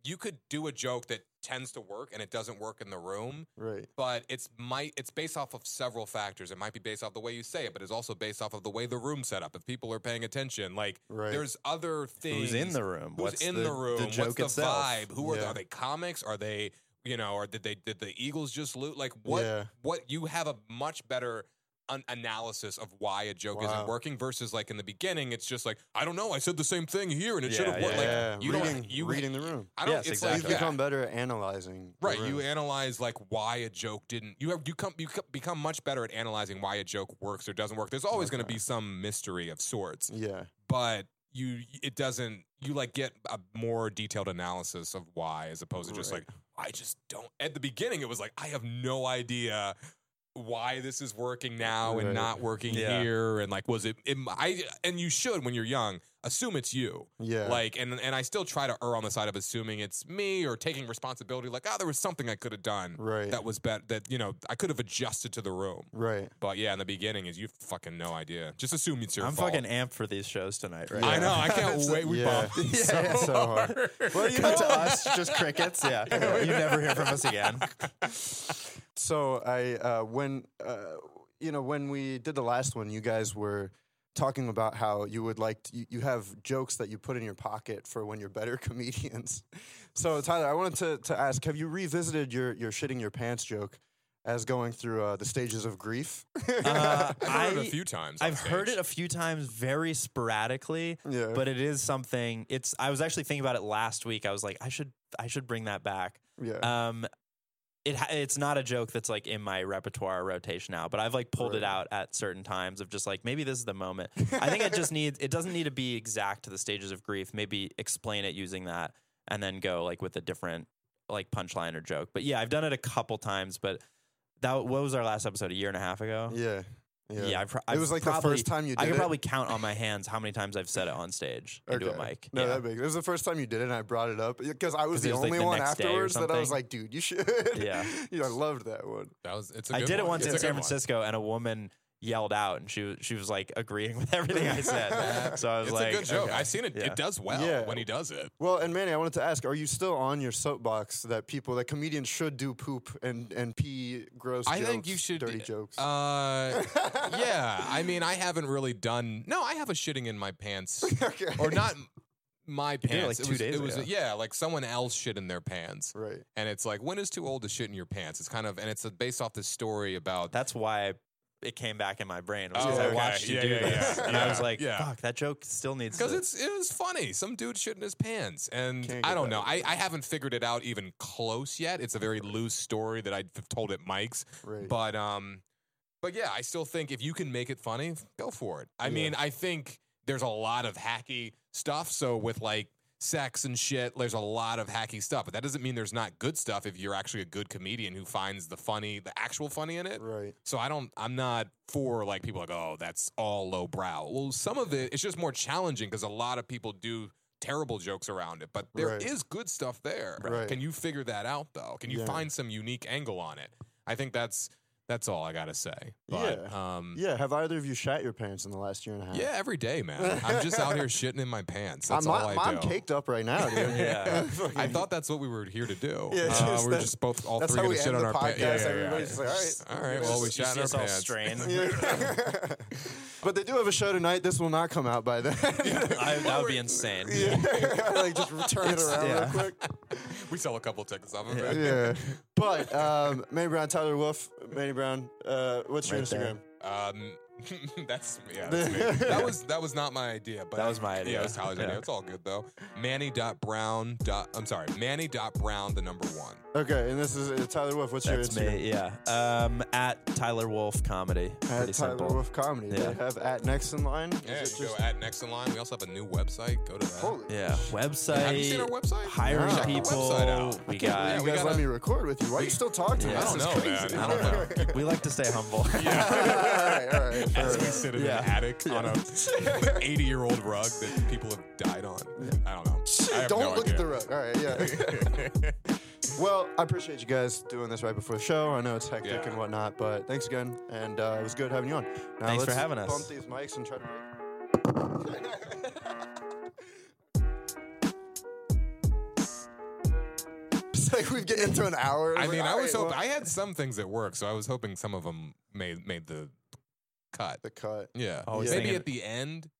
[SPEAKER 3] you could do a joke that tends to work and it doesn't work in the room
[SPEAKER 1] Right.
[SPEAKER 3] but it's might it's based off of several factors. It might be based off the way you say it, but it's also based off of the way the room set up. If people are paying attention, like
[SPEAKER 1] Right.
[SPEAKER 3] there's other things.
[SPEAKER 2] Who's in the room?
[SPEAKER 3] Who's
[SPEAKER 2] What's
[SPEAKER 3] in
[SPEAKER 2] the,
[SPEAKER 3] the, room?
[SPEAKER 2] The joke
[SPEAKER 3] What's the
[SPEAKER 2] itself?
[SPEAKER 3] vibe? Who are
[SPEAKER 1] Yeah.
[SPEAKER 3] are they? Comics? Are they you know? Or did they did the Eagles just loot? Like what?
[SPEAKER 1] Yeah.
[SPEAKER 3] What you have a much better an analysis of why a joke isn't
[SPEAKER 1] Wow.
[SPEAKER 3] working versus like in the beginning, it's just like I don't know. I said the same thing here, and it should have
[SPEAKER 2] Yeah,
[SPEAKER 3] worked.
[SPEAKER 1] yeah,
[SPEAKER 3] Like you
[SPEAKER 1] reading,
[SPEAKER 3] don't you
[SPEAKER 1] reading the room.
[SPEAKER 3] I don't. it's
[SPEAKER 2] Yes,
[SPEAKER 1] You've
[SPEAKER 2] exactly.
[SPEAKER 3] like that.
[SPEAKER 1] become better at analyzing. the
[SPEAKER 3] Right, you
[SPEAKER 1] room.
[SPEAKER 3] analyze like why a joke didn't. You have you come you co- become much better at analyzing why a joke works or doesn't work. There's always going to
[SPEAKER 1] Okay.
[SPEAKER 3] be some mystery of sorts,
[SPEAKER 1] yeah.
[SPEAKER 3] but you it doesn't. You like get a more detailed analysis of why, as opposed to just
[SPEAKER 1] Right.
[SPEAKER 3] like I just don't. At the beginning, it was like I have no idea why this is working now and
[SPEAKER 1] Right.
[SPEAKER 3] not working
[SPEAKER 2] Yeah.
[SPEAKER 3] here, and like was it, it? I and you should when you're young assume it's you.
[SPEAKER 1] Yeah.
[SPEAKER 3] Like, and and I still try to err on the side of assuming it's me or taking responsibility. Like, oh, there was something I could have done
[SPEAKER 1] right.
[SPEAKER 3] that was better. That you know, I could have adjusted to the room.
[SPEAKER 1] right.
[SPEAKER 3] But yeah, in the beginning, is you have fucking no idea. Just assume it's your
[SPEAKER 2] I'm
[SPEAKER 3] fault.
[SPEAKER 2] fucking amped for these shows tonight, right?
[SPEAKER 3] I
[SPEAKER 1] Yeah.
[SPEAKER 3] know. I can't wait. We
[SPEAKER 1] yeah.
[SPEAKER 3] bumped it
[SPEAKER 1] Yeah,
[SPEAKER 3] so,
[SPEAKER 1] yeah, so hard.
[SPEAKER 2] Well, you know, to us, just crickets. Yeah, you never hear from us again.
[SPEAKER 1] So I uh, when uh, you know when we did the last one, you guys were talking about how you would like to, you, you have jokes that you put in your pocket for when you're better comedians. So Tyler, I wanted to, to ask: Have you revisited your your shitting your pants joke as going through uh, the stages of grief?
[SPEAKER 2] Uh,
[SPEAKER 3] I've heard
[SPEAKER 2] I-
[SPEAKER 3] it a few times. on
[SPEAKER 2] I've heard
[SPEAKER 3] stage.
[SPEAKER 2] it a few times, very sporadically.
[SPEAKER 1] Yeah.
[SPEAKER 2] But it is something. It's. I was actually thinking about it last week. I was like, I should, I should bring that back.
[SPEAKER 1] yeah,
[SPEAKER 2] Um, it ha- it's not a joke that's like in my repertoire rotation now, but I've like pulled it
[SPEAKER 1] Right.
[SPEAKER 2] out at certain times of just like maybe this is the moment. I think it just needs. It doesn't need to be exact to the stages of grief. Maybe explain it using that, and then go like with a different like punchline or joke. But yeah, I've done it a couple times, but. That what was our last episode a year and a half ago?
[SPEAKER 1] yeah, yeah.
[SPEAKER 2] Yeah, I pro-
[SPEAKER 1] it
[SPEAKER 2] I've
[SPEAKER 1] was like the
[SPEAKER 2] probably-
[SPEAKER 1] first time you did
[SPEAKER 2] I could
[SPEAKER 1] it.
[SPEAKER 2] probably count on my hands how many times I've said it on stage into a mic.
[SPEAKER 1] No,
[SPEAKER 2] Yeah.
[SPEAKER 1] that makes. It was the first time you did it, and I brought it up because I was
[SPEAKER 2] 'Cause it
[SPEAKER 1] the
[SPEAKER 2] was, like,
[SPEAKER 1] only
[SPEAKER 2] the
[SPEAKER 1] one
[SPEAKER 2] next day or
[SPEAKER 1] afterwards that I was
[SPEAKER 2] something.
[SPEAKER 1] like, "Dude, you should."
[SPEAKER 2] Yeah.
[SPEAKER 1] yeah, I loved that one.
[SPEAKER 3] That was. It's. A
[SPEAKER 2] I
[SPEAKER 3] good
[SPEAKER 2] did it
[SPEAKER 3] one.
[SPEAKER 2] once
[SPEAKER 3] It's
[SPEAKER 2] in
[SPEAKER 3] a good
[SPEAKER 2] San
[SPEAKER 3] one.
[SPEAKER 2] Francisco, and a woman yelled out, and she was- she was like agreeing with everything I said. so I was
[SPEAKER 3] It's
[SPEAKER 2] like,
[SPEAKER 3] a good joke.
[SPEAKER 2] okay.
[SPEAKER 3] I've seen it.
[SPEAKER 2] Yeah.
[SPEAKER 3] It does well
[SPEAKER 1] Yeah.
[SPEAKER 3] when he does it.
[SPEAKER 1] Well, and Manny, I wanted to ask: Are you still on your soapbox that people, that comedians should do poop and and pee gross?
[SPEAKER 3] I
[SPEAKER 1] jokes,
[SPEAKER 3] think you should
[SPEAKER 1] dirty jokes.
[SPEAKER 3] Uh, yeah. I mean, I haven't really done. No, I have a shitting in my pants,
[SPEAKER 1] Okay.
[SPEAKER 3] or not my
[SPEAKER 2] did it, like,
[SPEAKER 3] pants.
[SPEAKER 2] two
[SPEAKER 3] was,
[SPEAKER 2] days
[SPEAKER 3] it was
[SPEAKER 2] ago.
[SPEAKER 3] yeah, like someone else shit in their pants,
[SPEAKER 1] right.
[SPEAKER 3] and it's like when is too old to shit in your pants? It's kind of and it's uh, based off this story about.
[SPEAKER 2] that's why it came back in my brain was 'cause
[SPEAKER 1] Oh,
[SPEAKER 2] I
[SPEAKER 1] okay.
[SPEAKER 2] watched you
[SPEAKER 3] Yeah,
[SPEAKER 2] do
[SPEAKER 3] yeah,
[SPEAKER 2] this,
[SPEAKER 3] yeah.
[SPEAKER 2] and I was
[SPEAKER 3] Yeah,
[SPEAKER 2] like,
[SPEAKER 3] yeah.
[SPEAKER 2] fuck, that joke still needs
[SPEAKER 3] because
[SPEAKER 2] to-
[SPEAKER 3] it's it was funny. Some dude shit in his pants, and
[SPEAKER 1] Can't
[SPEAKER 3] I
[SPEAKER 1] get
[SPEAKER 3] don't
[SPEAKER 1] better
[SPEAKER 3] know. I,
[SPEAKER 1] than
[SPEAKER 3] I haven't figured it out even close yet. It's a very loose story that I've told at Mike's,
[SPEAKER 1] Right.
[SPEAKER 3] But um, but yeah, I still think if you can make it funny, go for it. I
[SPEAKER 1] Yeah.
[SPEAKER 3] mean, I think there's a lot of hacky stuff. So with like sex and shit, there's a lot of hacky stuff. But that doesn't mean there's not good stuff if you're actually a good comedian who finds the funny, the actual funny in it.
[SPEAKER 1] right.
[SPEAKER 3] So I don't, I'm not for like people like, oh, that's all lowbrow. Well, some of it, it's just more challenging because a lot of people do terrible jokes around it, but there is
[SPEAKER 1] Right.
[SPEAKER 3] good stuff there.
[SPEAKER 1] Right.
[SPEAKER 3] Can you figure that out though? Can you
[SPEAKER 1] Yeah.
[SPEAKER 3] find some unique angle on it? I think that's, that's all I gotta say. But, um, yeah.
[SPEAKER 1] Yeah. Have either of you shat your pants in the last year and a half?
[SPEAKER 3] every day, man. I'm just out here shitting in my pants. That's
[SPEAKER 1] I'm,
[SPEAKER 3] all I
[SPEAKER 1] I'm
[SPEAKER 3] do.
[SPEAKER 1] caked up right now, dude.
[SPEAKER 2] Yeah.
[SPEAKER 3] I thought that's what we were here to do.
[SPEAKER 1] Yeah,
[SPEAKER 3] Uh,
[SPEAKER 1] it's just
[SPEAKER 3] we were
[SPEAKER 1] that-
[SPEAKER 3] just both all
[SPEAKER 1] that's
[SPEAKER 3] three
[SPEAKER 1] how
[SPEAKER 3] gonna
[SPEAKER 1] we
[SPEAKER 3] shit
[SPEAKER 1] end
[SPEAKER 3] on
[SPEAKER 1] the
[SPEAKER 3] our pants. Yeah, yeah,
[SPEAKER 1] podcast.
[SPEAKER 3] yeah,
[SPEAKER 1] Everybody's
[SPEAKER 3] yeah.
[SPEAKER 1] just like, all right.
[SPEAKER 3] all right, well, we
[SPEAKER 2] you
[SPEAKER 3] shat
[SPEAKER 2] see
[SPEAKER 3] in our
[SPEAKER 2] us all
[SPEAKER 3] pants.
[SPEAKER 2] strain.
[SPEAKER 1] but they do have a show tonight. This will not come out by then.
[SPEAKER 2] I, that would be insane.
[SPEAKER 1] like just turn it around
[SPEAKER 2] yeah.
[SPEAKER 1] real quick.
[SPEAKER 3] We sell a couple tickets off of it.
[SPEAKER 1] Yeah. But um, Manny Brown, Tyler Wolf, Manny Brown. Uh, what's your
[SPEAKER 2] Right there.
[SPEAKER 1] Instagram?
[SPEAKER 3] Um, that's yeah. That's me. that was that was not my idea, but
[SPEAKER 2] That was my
[SPEAKER 3] Yeah,
[SPEAKER 2] idea.
[SPEAKER 3] it was Tyler's idea.
[SPEAKER 2] Yeah.
[SPEAKER 3] It's all good though. Manny dot Brown dot. I'm sorry, Manny dot Brown, the number one.
[SPEAKER 1] Okay, and this is uh, Tyler Wolf. What's
[SPEAKER 2] That's
[SPEAKER 1] your Instagram?
[SPEAKER 2] me. Yeah. Um, at Tyler Wolf comedy. Pretty
[SPEAKER 1] At Tyler
[SPEAKER 2] simple.
[SPEAKER 1] Wolf Comedy.
[SPEAKER 2] Yeah.
[SPEAKER 1] They have at next in line. Is
[SPEAKER 3] Yeah,
[SPEAKER 1] it
[SPEAKER 3] you go
[SPEAKER 1] just-
[SPEAKER 3] at next in line. We also have a new website. Go to that.
[SPEAKER 1] holy
[SPEAKER 2] Yeah. Website.
[SPEAKER 3] Have you seen our website?
[SPEAKER 2] Hiring
[SPEAKER 1] Check the
[SPEAKER 2] people.
[SPEAKER 3] website out.
[SPEAKER 2] We
[SPEAKER 1] Can't believe
[SPEAKER 2] got.
[SPEAKER 1] you
[SPEAKER 3] we
[SPEAKER 1] guys let
[SPEAKER 3] gotta-
[SPEAKER 1] me record with you. Why are you still talking to me?
[SPEAKER 2] Yeah. I
[SPEAKER 1] This
[SPEAKER 2] don't
[SPEAKER 1] is
[SPEAKER 3] know,
[SPEAKER 1] crazy.
[SPEAKER 3] man.
[SPEAKER 2] I don't know. we like to stay humble.
[SPEAKER 1] all right, all right. fair
[SPEAKER 3] As we
[SPEAKER 1] enough.
[SPEAKER 3] sit in
[SPEAKER 2] Yeah.
[SPEAKER 3] an attic on a 80 year old rug that people have died on. I don't know. I have
[SPEAKER 1] Don't
[SPEAKER 3] no
[SPEAKER 1] look
[SPEAKER 3] idea.
[SPEAKER 1] at the road. All right, yeah. well, I appreciate you guys doing this right before the show. I know it's hectic
[SPEAKER 3] Yeah.
[SPEAKER 1] and whatnot, but thanks again, and uh, it was good having you on. Now
[SPEAKER 2] Thanks for
[SPEAKER 1] let's
[SPEAKER 2] having us.
[SPEAKER 1] Bump these mics and try to. Break. It's like we get into an hour.
[SPEAKER 3] I
[SPEAKER 1] We're-
[SPEAKER 3] mean, I
[SPEAKER 1] all
[SPEAKER 3] was
[SPEAKER 1] right,
[SPEAKER 3] hoping
[SPEAKER 1] well-
[SPEAKER 3] I had some things that worked, so I was hoping some of them made made the cut.
[SPEAKER 1] the cut.
[SPEAKER 3] Yeah.
[SPEAKER 2] I was
[SPEAKER 3] Maybe
[SPEAKER 2] thinking-
[SPEAKER 3] at the end,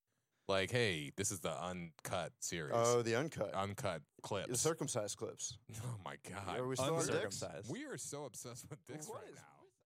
[SPEAKER 3] like, hey, this is the uncut series.
[SPEAKER 1] Oh, the uncut.
[SPEAKER 3] uncut clips.
[SPEAKER 1] the circumcised clips.
[SPEAKER 3] oh my god.
[SPEAKER 1] Are we still on dicks?
[SPEAKER 2] Uh, Uncircumcised.
[SPEAKER 3] We are so obsessed with dicks
[SPEAKER 1] What
[SPEAKER 3] right
[SPEAKER 1] is
[SPEAKER 3] now.